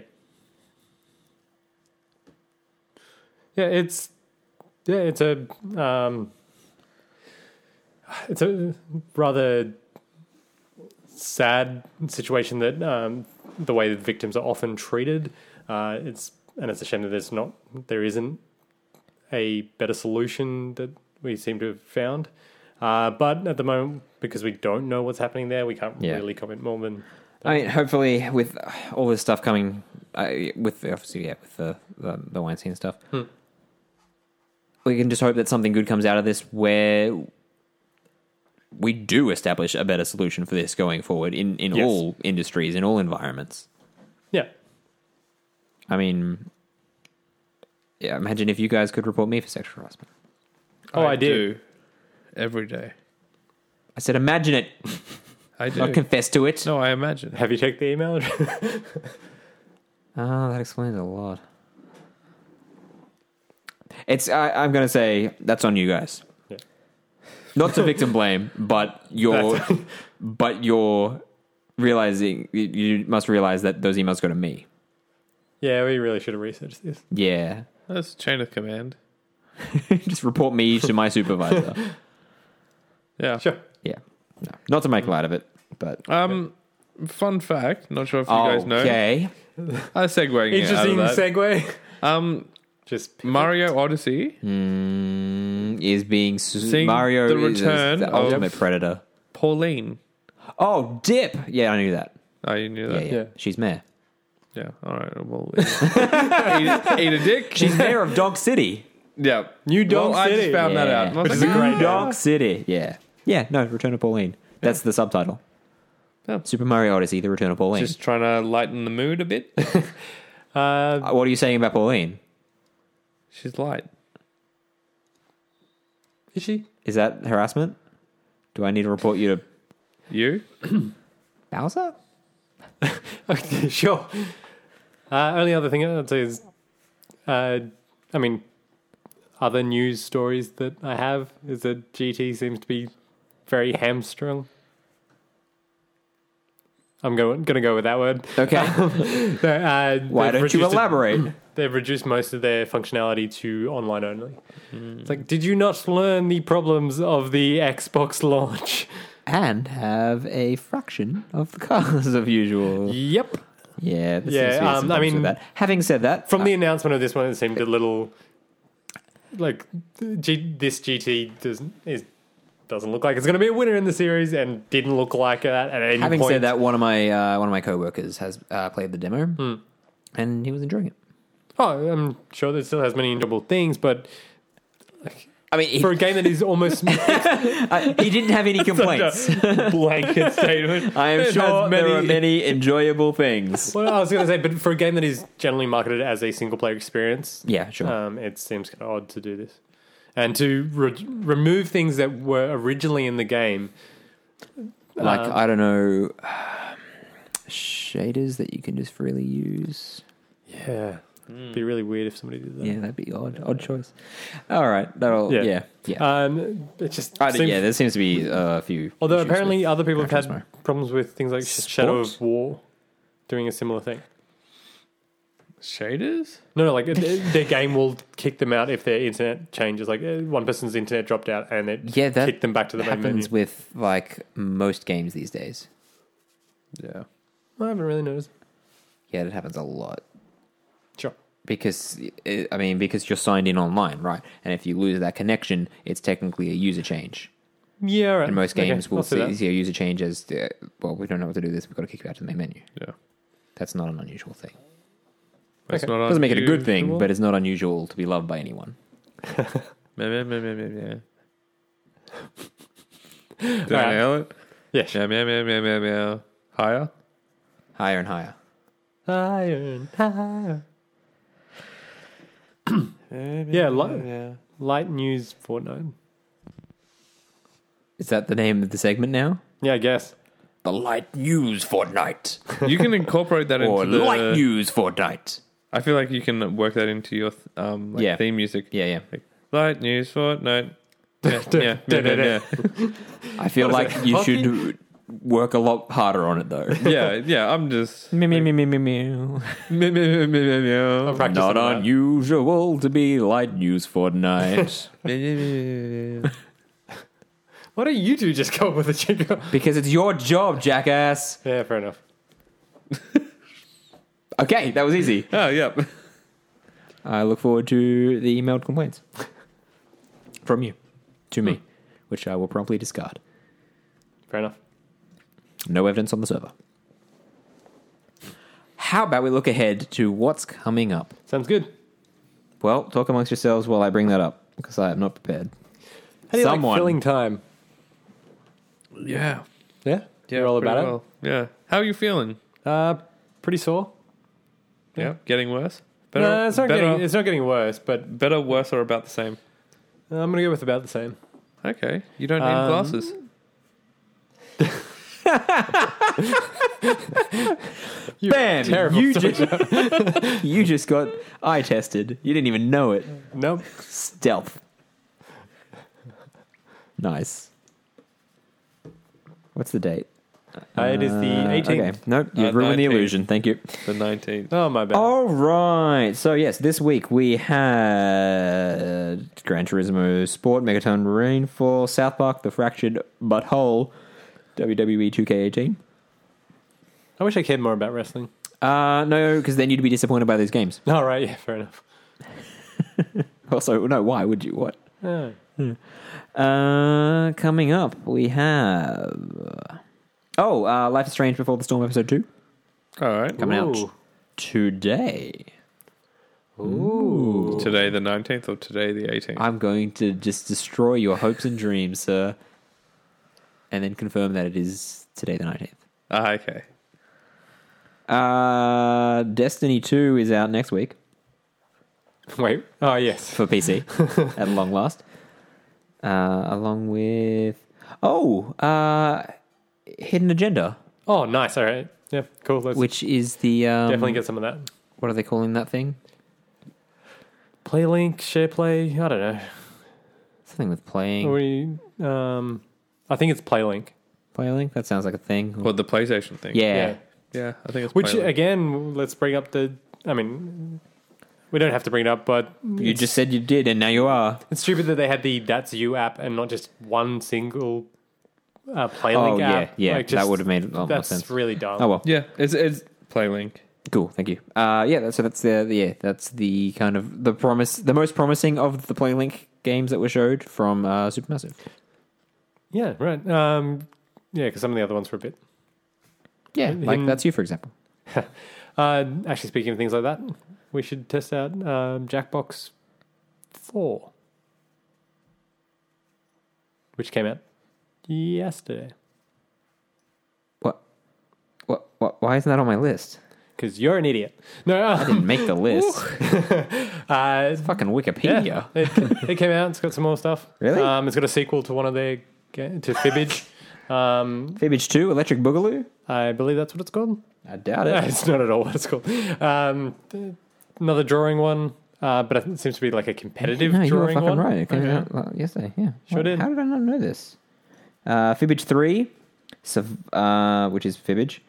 yeah. It's yeah, it's a um, it's a rather sad situation that um, the way that victims are often treated. Uh, it's and it's a shame that there's not there isn't a better solution that we seem to have found. Uh, but at the moment, because we don't know what's happening there, we can't
Yeah.
really comment more than
I mean, hopefully, with all this stuff coming, uh, with the, obviously, yeah, with the the, the Weinstein stuff, we can just hope that something good comes out of this where we do establish a better solution for this going forward in in
Yes.
all industries, in all environments.
yeah.
I mean, yeah, imagine if you guys could report me for sexual harassment.
Oh, I, do.
every day.
I said, imagine it,
I do.
not confess to it.
no, I imagine.
Have you checked the email? address?
Oh, that explains a lot. It's I, I'm gonna say that's on you guys.
Yeah.
Not to victim blame, but you're but you're realizing you, you must realize that those emails go to me.
yeah, we really should have researched this.
Yeah,
That's chain of command.
just report me to my supervisor.
Yeah.
Sure.
yeah, no, not to make light of it, but
Um, fun fact. Not sure if you guys know.
okay,
I segueing
Interesting
Interesting. Out of that.
segue.
um,
Just
Mario Odyssey
Mm, is being su-
Seeing
Mario
the
is
return
the ultimate
of-
predator.
Pauline.
Oh, Dip. Yeah, I knew that.
Oh, you knew
Yeah,
that.
yeah,
Yeah.
Yeah.
she's mayor.
All right. Well, eat, eat a dick.
She's mayor of Dog City.
yeah.
New Dog
well, I just
City.
found that
Yeah.
out. and I was
Which
like,
is a great
"Ah."
Dark City. Yeah. Yeah, no, Return of Pauline. That's the subtitle.
Yeah.
Super Mario Odyssey: The Return of Pauline.
Just trying to lighten the mood a bit.
Uh,
Uh, what are you saying about Pauline?
She's light.
is she?
Is that harassment? Do I need to report you to
You?
Bowser?
Okay, sure. Uh, only other thing I'd say is, uh, I mean, other news stories that I have is that GT seems to be very hamstrung. I'm going going to go with that word.
Okay.
So,
Why
uh,
don't
they've
you
reduced it-
elaborate?
they've reduced most of their functionality to online only. It's like, did you not learn the problems of the Xbox launch?
and have a fraction of the cars of usual.
Yep.
Yeah, this
Yeah,
seems to be
um,
some
I
problems
mean-
with that. having said that,
From the announcement of this one, it seemed a little like G- this GT doesn't is doesn't look like it's going to be a winner in the series, and didn't look like that at any
uh, having
point.
said that, one of my uh, one of my coworkers has uh, played the demo, and he was enjoying it.
oh, I'm sure that it still has many enjoyable things, but
I mean, he,
for a game that is almost
I- he didn't have any complaints.
blanket statement,
I am
it
sure
has
there are many enjoyable things.
Well, I was going to say, but for a game that is generally marketed as a single player experience,
Yeah, sure.
um, it seems kind of odd to do this and to re- remove things that were originally in the game.
like
um,
I don't know shaders that you can just freely use.
Yeah, be really weird if somebody did that.
Yeah, that'd be odd. Odd choice. All right, that'll yeah
Yeah.
yeah.
Um, it just
I-
seems,
yeah, there seems to be uh, a few.
although
issues
apparently
with-
other people have had
Actually,
problems with things like Shadow of
Sports?
War doing a similar thing.
Shaders?
No, no, like it, it- their game will kick them out if their internet changes. Like uh, one person's internet dropped out and it
Yeah, that
kicked them back to the main menu.
happens with like most games these days.
Yeah.
I haven't really noticed.
Yeah, it happens a lot
Sure.
because uh, I mean because you're signed in online, right? And if you lose that connection, it's technically a user change.
Yeah, all right.
And most
Okay,
games will
I'll see
see,
that.
see a user change as uh, well. We don't know what to do. with This we've got to kick you out to the main menu.
Yeah.
That's not an unusual thing.
That's
Okay.
not
Doesn't make it a good thing,
unusual.
but it's not unusual to be loved by anyone.
Meh, meh, meh, meh, meh, meh. Did I
Alright.
nail it?
Yeah, sure.
Meow, meow, meow, meow, meow, meow. Higher?
Higher and higher.
Higher and higher. yeah, light,
Yeah.
light news Fortnite.
Is that the name of the segment now?
Yeah, I guess.
The light news Fortnite,
You can incorporate that into
or
the...
light news Fortnite.
I feel like you can work that into your th- um, like
Yeah.
theme music.
Yeah, yeah.
Like, light news Fortnite. Yeah, yeah, yeah, yeah,
I feel like you
Hockey?
should work a lot harder on it though.
yeah. yeah, yeah. I'm just
Me, me, me, me, me, me.
Meow, meow, meow, meow, meow.
practice
Not
on that.
unusual to be light news for night.
Meow, meow, meow, meow, meow.
Why don't you two just go up with a jingle?
because it's your job, jackass.
Yeah, fair enough.
Okay, that was easy.
Oh, yeah.
I look forward to the emailed complaints from you to me, which I will promptly discard.
Fair enough.
No evidence on the server. How about we look ahead to what's coming up?
Sounds good.
Well, talk amongst yourselves while I bring that up because I am not prepared.
How do you
Someone.
like filling time?
Yeah.
Yeah, you're all
pretty
about
well. Yeah. How are you feeling?
it. Uh, pretty sore.
Yeah. Getting worse? Better,
No, it's not
better,
getting it's not getting worse, but uh,
better, worse, or about the same?
I'm gonna go with about the same.
Okay. You don't need
Um,
glasses.
Bam!
terrible
you, just, you just got eye tested. You didn't even know it.
Nope.
Stealth. Nice. What's the date?
Uh, it is the
Uh,
18th.
Okay. Nope, you've
Uh,
ruined the
19th.
illusion. Thank you.
The 19th.
Oh my bad.
All right. So yes, this week we had Gran Turismo Sport, Megaton Rainfall, South Park, The Fractured Butthole, E WWE 2K18.
I wish I cared more about wrestling.
Uh, no, because then you'd be disappointed by those games.
All right. Yeah. Fair enough.
Also, no, why would you? What? Hmm.
Yeah.
Uh, coming up, we have. Oh, uh, Life is Strange Before the Storm, Episode 2.
All right.
Coming out
Ooh.
today.
Today, the 19th, or today, the 18th?
I'm going to just destroy your hopes and dreams, sir. and then confirm that it is today the 19th.
Ah, okay.
Uh, Destiny 2 is out next week
Wait. Oh, yes.
for PC at long last. Uh, along with. Oh, uh, Hidden Agenda,
Oh, nice. All right. Yeah, cool. Let's
which is the. Um,
definitely get some of that.
What are they calling that thing?
Play link, share play. I don't know.
Something with playing.
We, um, I think it's play link.
Playlink? That sounds like a thing.
Well, the PlayStation thing.
yeah.
Yeah, I think it's
Which
Playlink.
again, let's bring up the. I mean, we don't have to bring it up, but
You just said you did, and now you are.
it's stupid that they had the That's You app and not just one single uh, play
Oh,
link
yeah.
app.
Yeah.
Like,
that
just-
would have made a lot more
That's
sense.
really dumb.
Oh, well.
yeah, it's it's PlayLink.
Cool, thank you. Uh, yeah, that's, so that's the yeah, that's the kind of the promise, the most promising of the PlayLink games that were showed from uh, Supermassive.
Yeah, right. Um, yeah, because some of the other ones were a bit.
Yeah, like
Hidden-
that's you, for example.
Uh, actually, speaking of things like that, we should test out um, Jackbox 4, which came out yesterday.
What, what, what? Why isn't that on my list?
Because you're an idiot. No,
I
uh,
didn't make the list.
uh,
Fucking
yeah,
Wikipedia.
it, it came out. It's got some more stuff.
Really?
Um, it's got a sequel to one of their ga- to Fibbage. um,
Fibbage Two, Electric Boogaloo.
I believe that's what it's called.
I doubt
No,
it.
it's not at all what it's called. Um, th- another drawing one, uh, but it seems to be like a competitive
no, you were
drawing
fucking
one.
right. It came
Okay.
out like, yesterday. Yeah,
Sure
What-
did.
How did I not know this? Uh, Fibbage Three, surv- uh, which is Fibbage,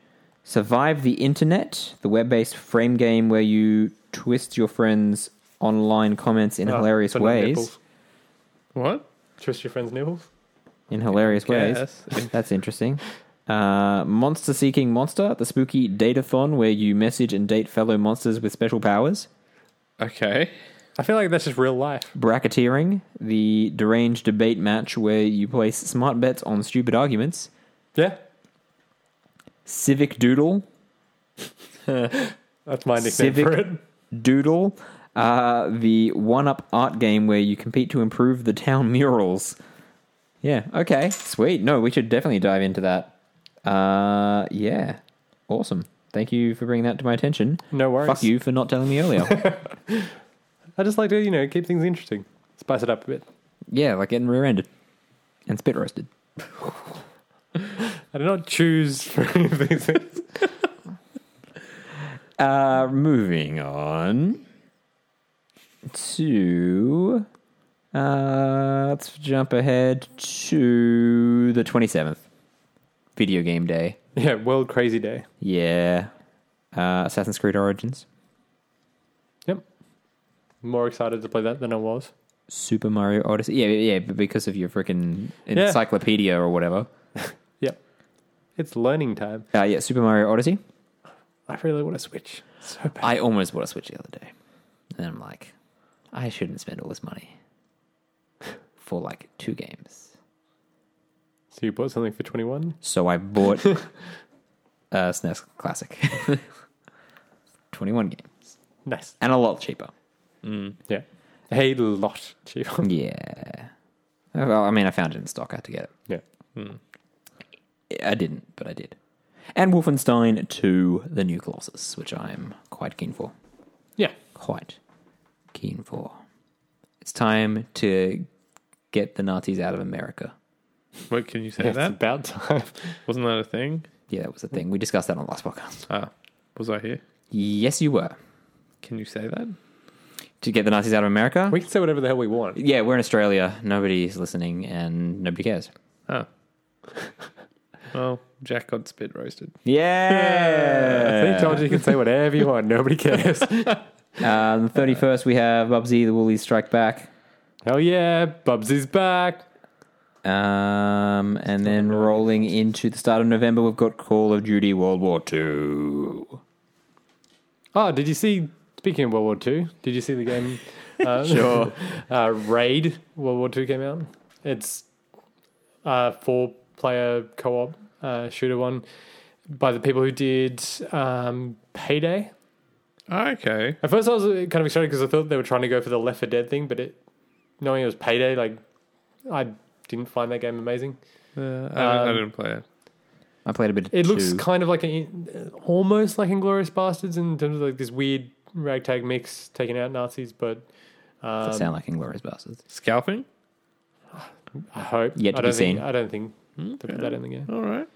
survive the internet, the web-based frame game where you twist your friends' online comments in
Oh,
hilarious
so no
ways.
nipples.
What?
Twist your friend's nipples.
In hilarious ways.
Yes.
That's interesting. Uh, monster Seeking Monster, the spooky datathon where you message and date fellow monsters with special powers.
okay.
I feel like that's just real life.
Bracketeering, the deranged debate match where you place smart bets on stupid arguments.
Yeah,
Civic Doodle,
that's my nickname
Civic-
for it.
Doodle, uh, the one up art game where you compete to improve the town murals. Yeah, okay, sweet. No, we should definitely dive into that. Uh, yeah, awesome. Thank you for bringing that to my attention.
No worries.
Fuck you for not telling me earlier.
I just like to you know keep things interesting, spice it up a bit.
yeah, like getting rear ended and spit roasted.
I did not choose for any of these things.
Uh, moving on to. Uh, let's jump ahead to the 27th, video game day.
Yeah, World Crazy Day.
Yeah. Uh, Assassin's Creed Origins,
Yep. More excited to play that than I was.
Super Mario Odyssey. Yeah, yeah, yeah, but because of your freaking
Yeah.
encyclopedia or whatever.
Yep. It's learning time.
Uh, yeah, Super Mario Odyssey.
I really want to switch. So bad.
I almost bought a Switch the other day. And then I'm like, I shouldn't spend all this money for like two games.
So you bought something for twenty one?
So I bought a SNES Classic. 21 games.
Nice.
And a lot cheaper.
Yeah. Hey, lot cheaper.
Yeah. Well, I mean, I found it in stock. I had to get it.
Yeah. Hmm.
I didn't, but I did. And Wolfenstein 2 The New Colossus, which I'm quite keen for.
Yeah.
Quite keen for. It's time to get the Nazis out of America.
What can you say
It's
that?
about time.
Wasn't that a thing?
Yeah, that was the thing. We discussed that on the last podcast.
Ah, was I here?
Yes, you were.
Can you say that?
To get the Nazis out of America?
We can say whatever the hell we want.
yeah, we're in Australia. Nobody's listening and nobody cares.
Ah. well, Jack got spit roasted.
They
Yeah.
told you you can say whatever you want. Nobody cares.
Um, the 31st, we have Bubsy, the Woolies Strike Back.
hell Oh, yeah, Bubsy's back.
Um, and then rolling into the start of November, we've got Call of Duty World War Two.
Oh, did you see? Speaking of World War Two, did you see the game? Uh, sure. Uh, Raid World War Two came out. It's a four-player co-op uh, shooter one by the people who did um, Payday.
Ah, Okay.
At first, I was uh, kind of excited because I thought they were trying to go for the Left for Dead thing, but it knowing it was Payday, like I didn't find that game amazing.
Uh, I, didn't,
Um,
I didn't play it.
I played a bit. Of
It looks
two.
kind of like a, almost like Inglorious Bastards in terms of like this weird ragtag mix taking out Nazis, but
Does it sound like Inglorious Bastards.
Scalping?
I hope.
Yet to
I don't
be
think,
seen.
I don't think they put that in the game.
All right.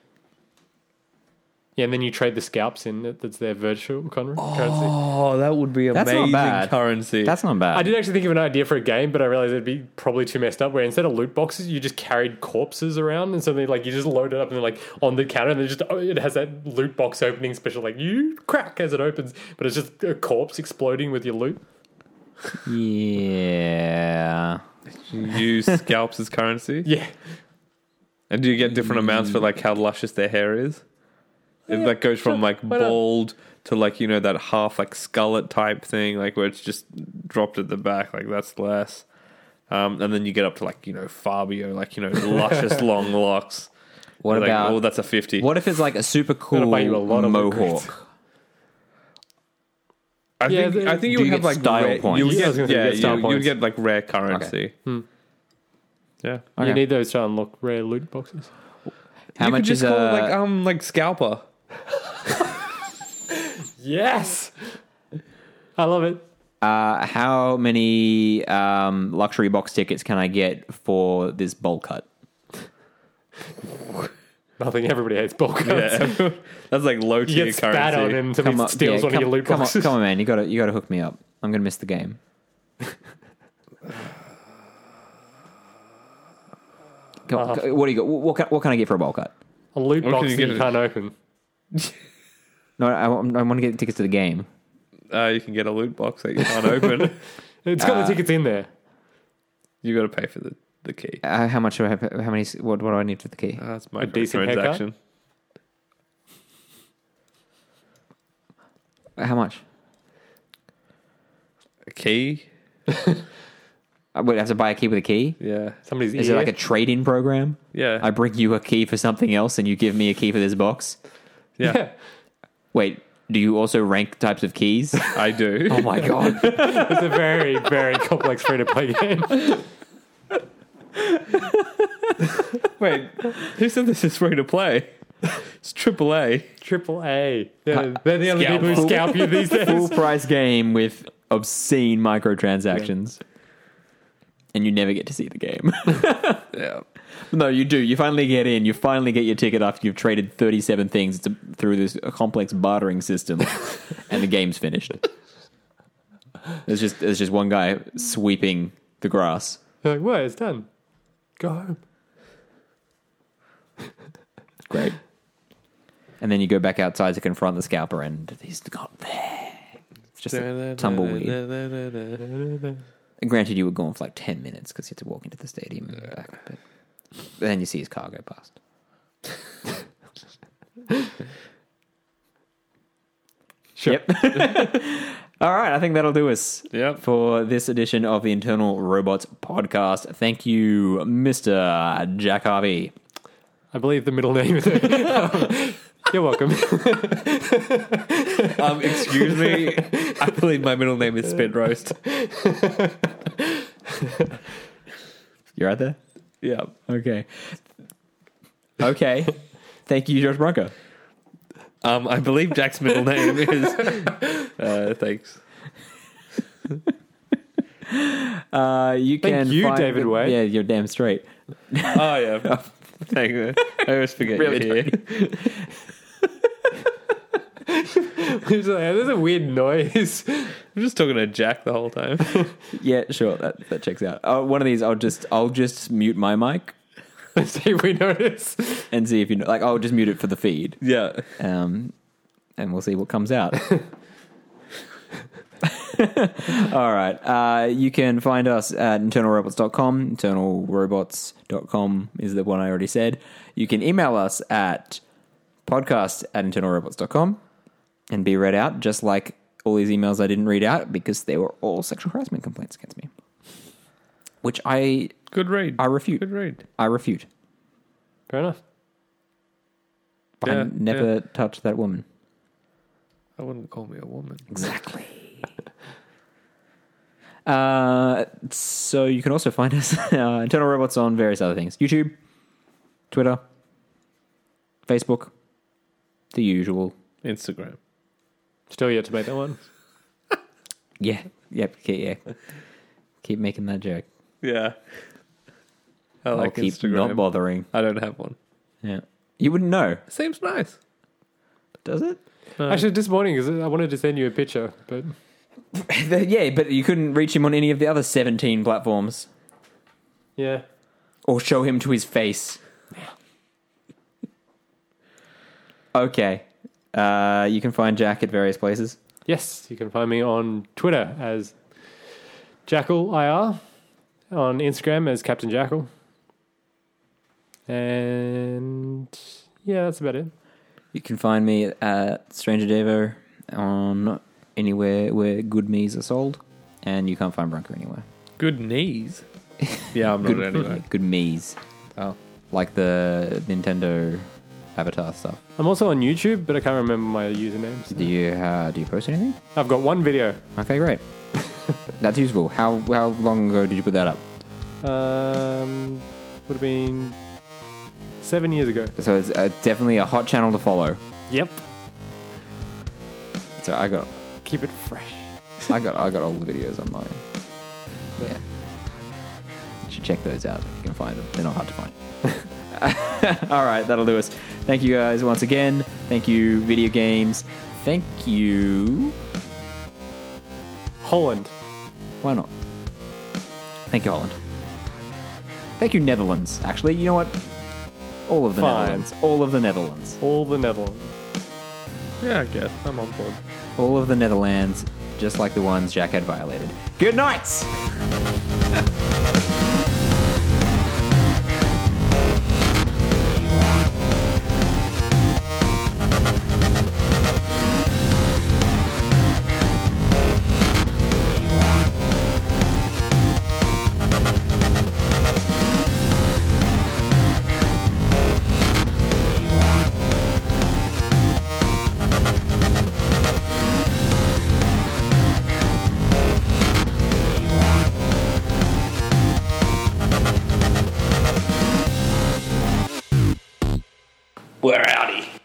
Yeah, and then you trade the scalps in. that- That's their virtual con- currency.
Oh, that would be
That's not
amazing
bad.
currency.
That's not bad.
I did actually think of an idea for a game, but I realized it'd be probably too messed up. Where instead of loot boxes, you just carried corpses around, and suddenly like you just load it up and like on the counter, and then just oh, it has that loot box opening special, like you crack as it opens, but it's just a corpse exploding with your loot.
Yeah.
use scalps as currency.
Yeah,
And do you get different amounts for like how luscious their hair is? It like goes from like
why not?
bald to like you know that half like skullet type thing, like where it's just dropped at the back, like that's less. Um, and then you get up to like you know Fabio, like you know luscious long locks.
What
Like,
about
oh, that's a fifty.
what if it's like a super cool
That'll buy you a lot of
mohawk?
regrets.
I
Yeah,
think
the-
I think you
Do
would
you
have
get
like
style
rare,
points?
You would
Yeah, I
get, yeah,
was gonna say you get
you-
style
you, would
points. Hmm.
get like rare currency. Yeah.
Okay.
you need those to unlock rare loot boxes.
How
you
much
could just
is
call
a
it like
uh,
um like scalper.
Yes, I love it.
uh, how many um, luxury box tickets can I get for this bowl cut?
Nothing. Everybody hates bulk cuts.
Yeah. that's like low
You
tier
get spat on
currency.
and somebody steals
yeah,
one
come,
of your loot
come
boxes.
On, come on, man, you got to you got to hook me up. I'm gonna miss the game. Come on,
Uh-huh.
go- what do you got? What can, what can I get for a bowl cut?
A loot
What
box
can you
that
get
you
it?
can't open.
No, I, want to get tickets to the game.
Uh, you can get a loot box that you can't open.
It's got the tickets in there.
You got to pay for the, the key.
Uh, how much? Do I have, how many? What, what do I need for the key?
Uh,
That's my
decent
transaction.
Uh, How much?
A key?
I would Uh, have to buy a key with a key.
Yeah.
Somebody's
Is
ear.
it like a trade-in program?
Yeah.
I bring you a key for something else, and you give me a key for this box.
yeah.
yeah.
Wait, do you also rank types of keys?
I do.
oh my god!
It's a very, very complex free to play game.
Wait, who said this is free to play? It's AAA.
Triple A. Yeah, they're the only
Scalp.
people who scalp you these days.
Full price game with obscene microtransactions, and you never get to see the game.
Yeah.
no, you do. You finally get in. You finally get your ticket after you've traded thirty-seven things to, through this complex bartering system, and the game's finished. There's just there's just one guy sweeping the grass.
You're like, what? It's done. Go home.
Great. And then you go back outside to confront the scalper, and he's not there. It's just a tumbleweed. And granted, you were gone for like 10 minutes because you had to walk into the stadium and back. But then you see his car go past.
Sure.
Yep. All right. I think that'll do us
Yep.
for this edition of the Internal Robots podcast. Thank you, Mr. Jack Harvey.
I believe the middle name is it. You're welcome.
Um, excuse me. I believe my middle name is Spit Roast.
You're out there?
Yeah.
Okay. Okay. Thank you, George Bronco.
Um, I believe Jack's middle name is. Uh, thanks.
Uh, you
Thank
can
you,
find-
David Way.
Yeah, you're damn straight.
Oh yeah. Thank you. I always forget
Really
you're here.
It's like, There's a weird noise.
I'm just talking to Jack the whole time.
Yeah, sure. That that checks out. Uh, one of these, I'll just I'll just mute my mic
See if we notice.
and see if you know. Like, I'll just mute it for the feed,
yeah.
um, and we'll see what comes out. All right. Uh, you can find us at internalrobots.com. Internalrobots.com is the one I already said. You can email us at podcast at internalrobots.com and be read out, just like all these emails I didn't read out because they were all sexual harassment complaints against me, which I
Good read.
I refute.
Good read.
I refute.
Fair enough.
I
Yeah,
never touched that woman.
I wouldn't call me a woman.
Exactly. uh, so you can also find us uh, Internal Robots on various other things: YouTube, Twitter, Facebook, the usual.
Instagram.
Still yet to make that one.
Yeah, yep, ke- yeah. Keep making that joke.
Yeah. I
I'll
like
keep not
Instagram.
bothering.
I don't have one.
Yeah, you wouldn't know,
Seems nice.
does it?
Actually, this morning, 'cause I wanted to send you a picture, but
yeah, but you couldn't reach him on any of the other seventeen platforms
yeah.
or show him to his face. okay, uh, you can find Jack at various places.
Yes, you can find me on Twitter as JackalIR, on Instagram as Captain Jackal. And yeah, that's about it.
You can find me at Stranger Devo on anywhere where good me's are sold, and you can't find Bronco anywhere.
Good knees. Yeah, I'm not anyway.
Good me's,
Oh.
like the Nintendo Avatar stuff.
I'm also on YouTube, but I can't remember my usernames.
Do you uh, do you post anything?
I've got one video.
Okay, great. That's useful. How how long ago did you put that up?
Um, would have been seven years ago.
So it's uh, definitely a hot channel to follow.
Yep.
So I got
Keep it fresh.
I got I got all the videos online. Yeah. You should check those out if you can find them. They're not hard to find. all right, that'll do us. Thank you guys once again. Thank you, video games. Thank you.
Holland.
Why not? Thank you, Holland. Thank you, Netherlands. Actually, you know what? All of the
Fine.
Netherlands. All of the Netherlands.
All the Netherlands.
Yeah, I guess. I'm on board.
All of the Netherlands, just like the ones Jack had violated. Good nights!
We're outie.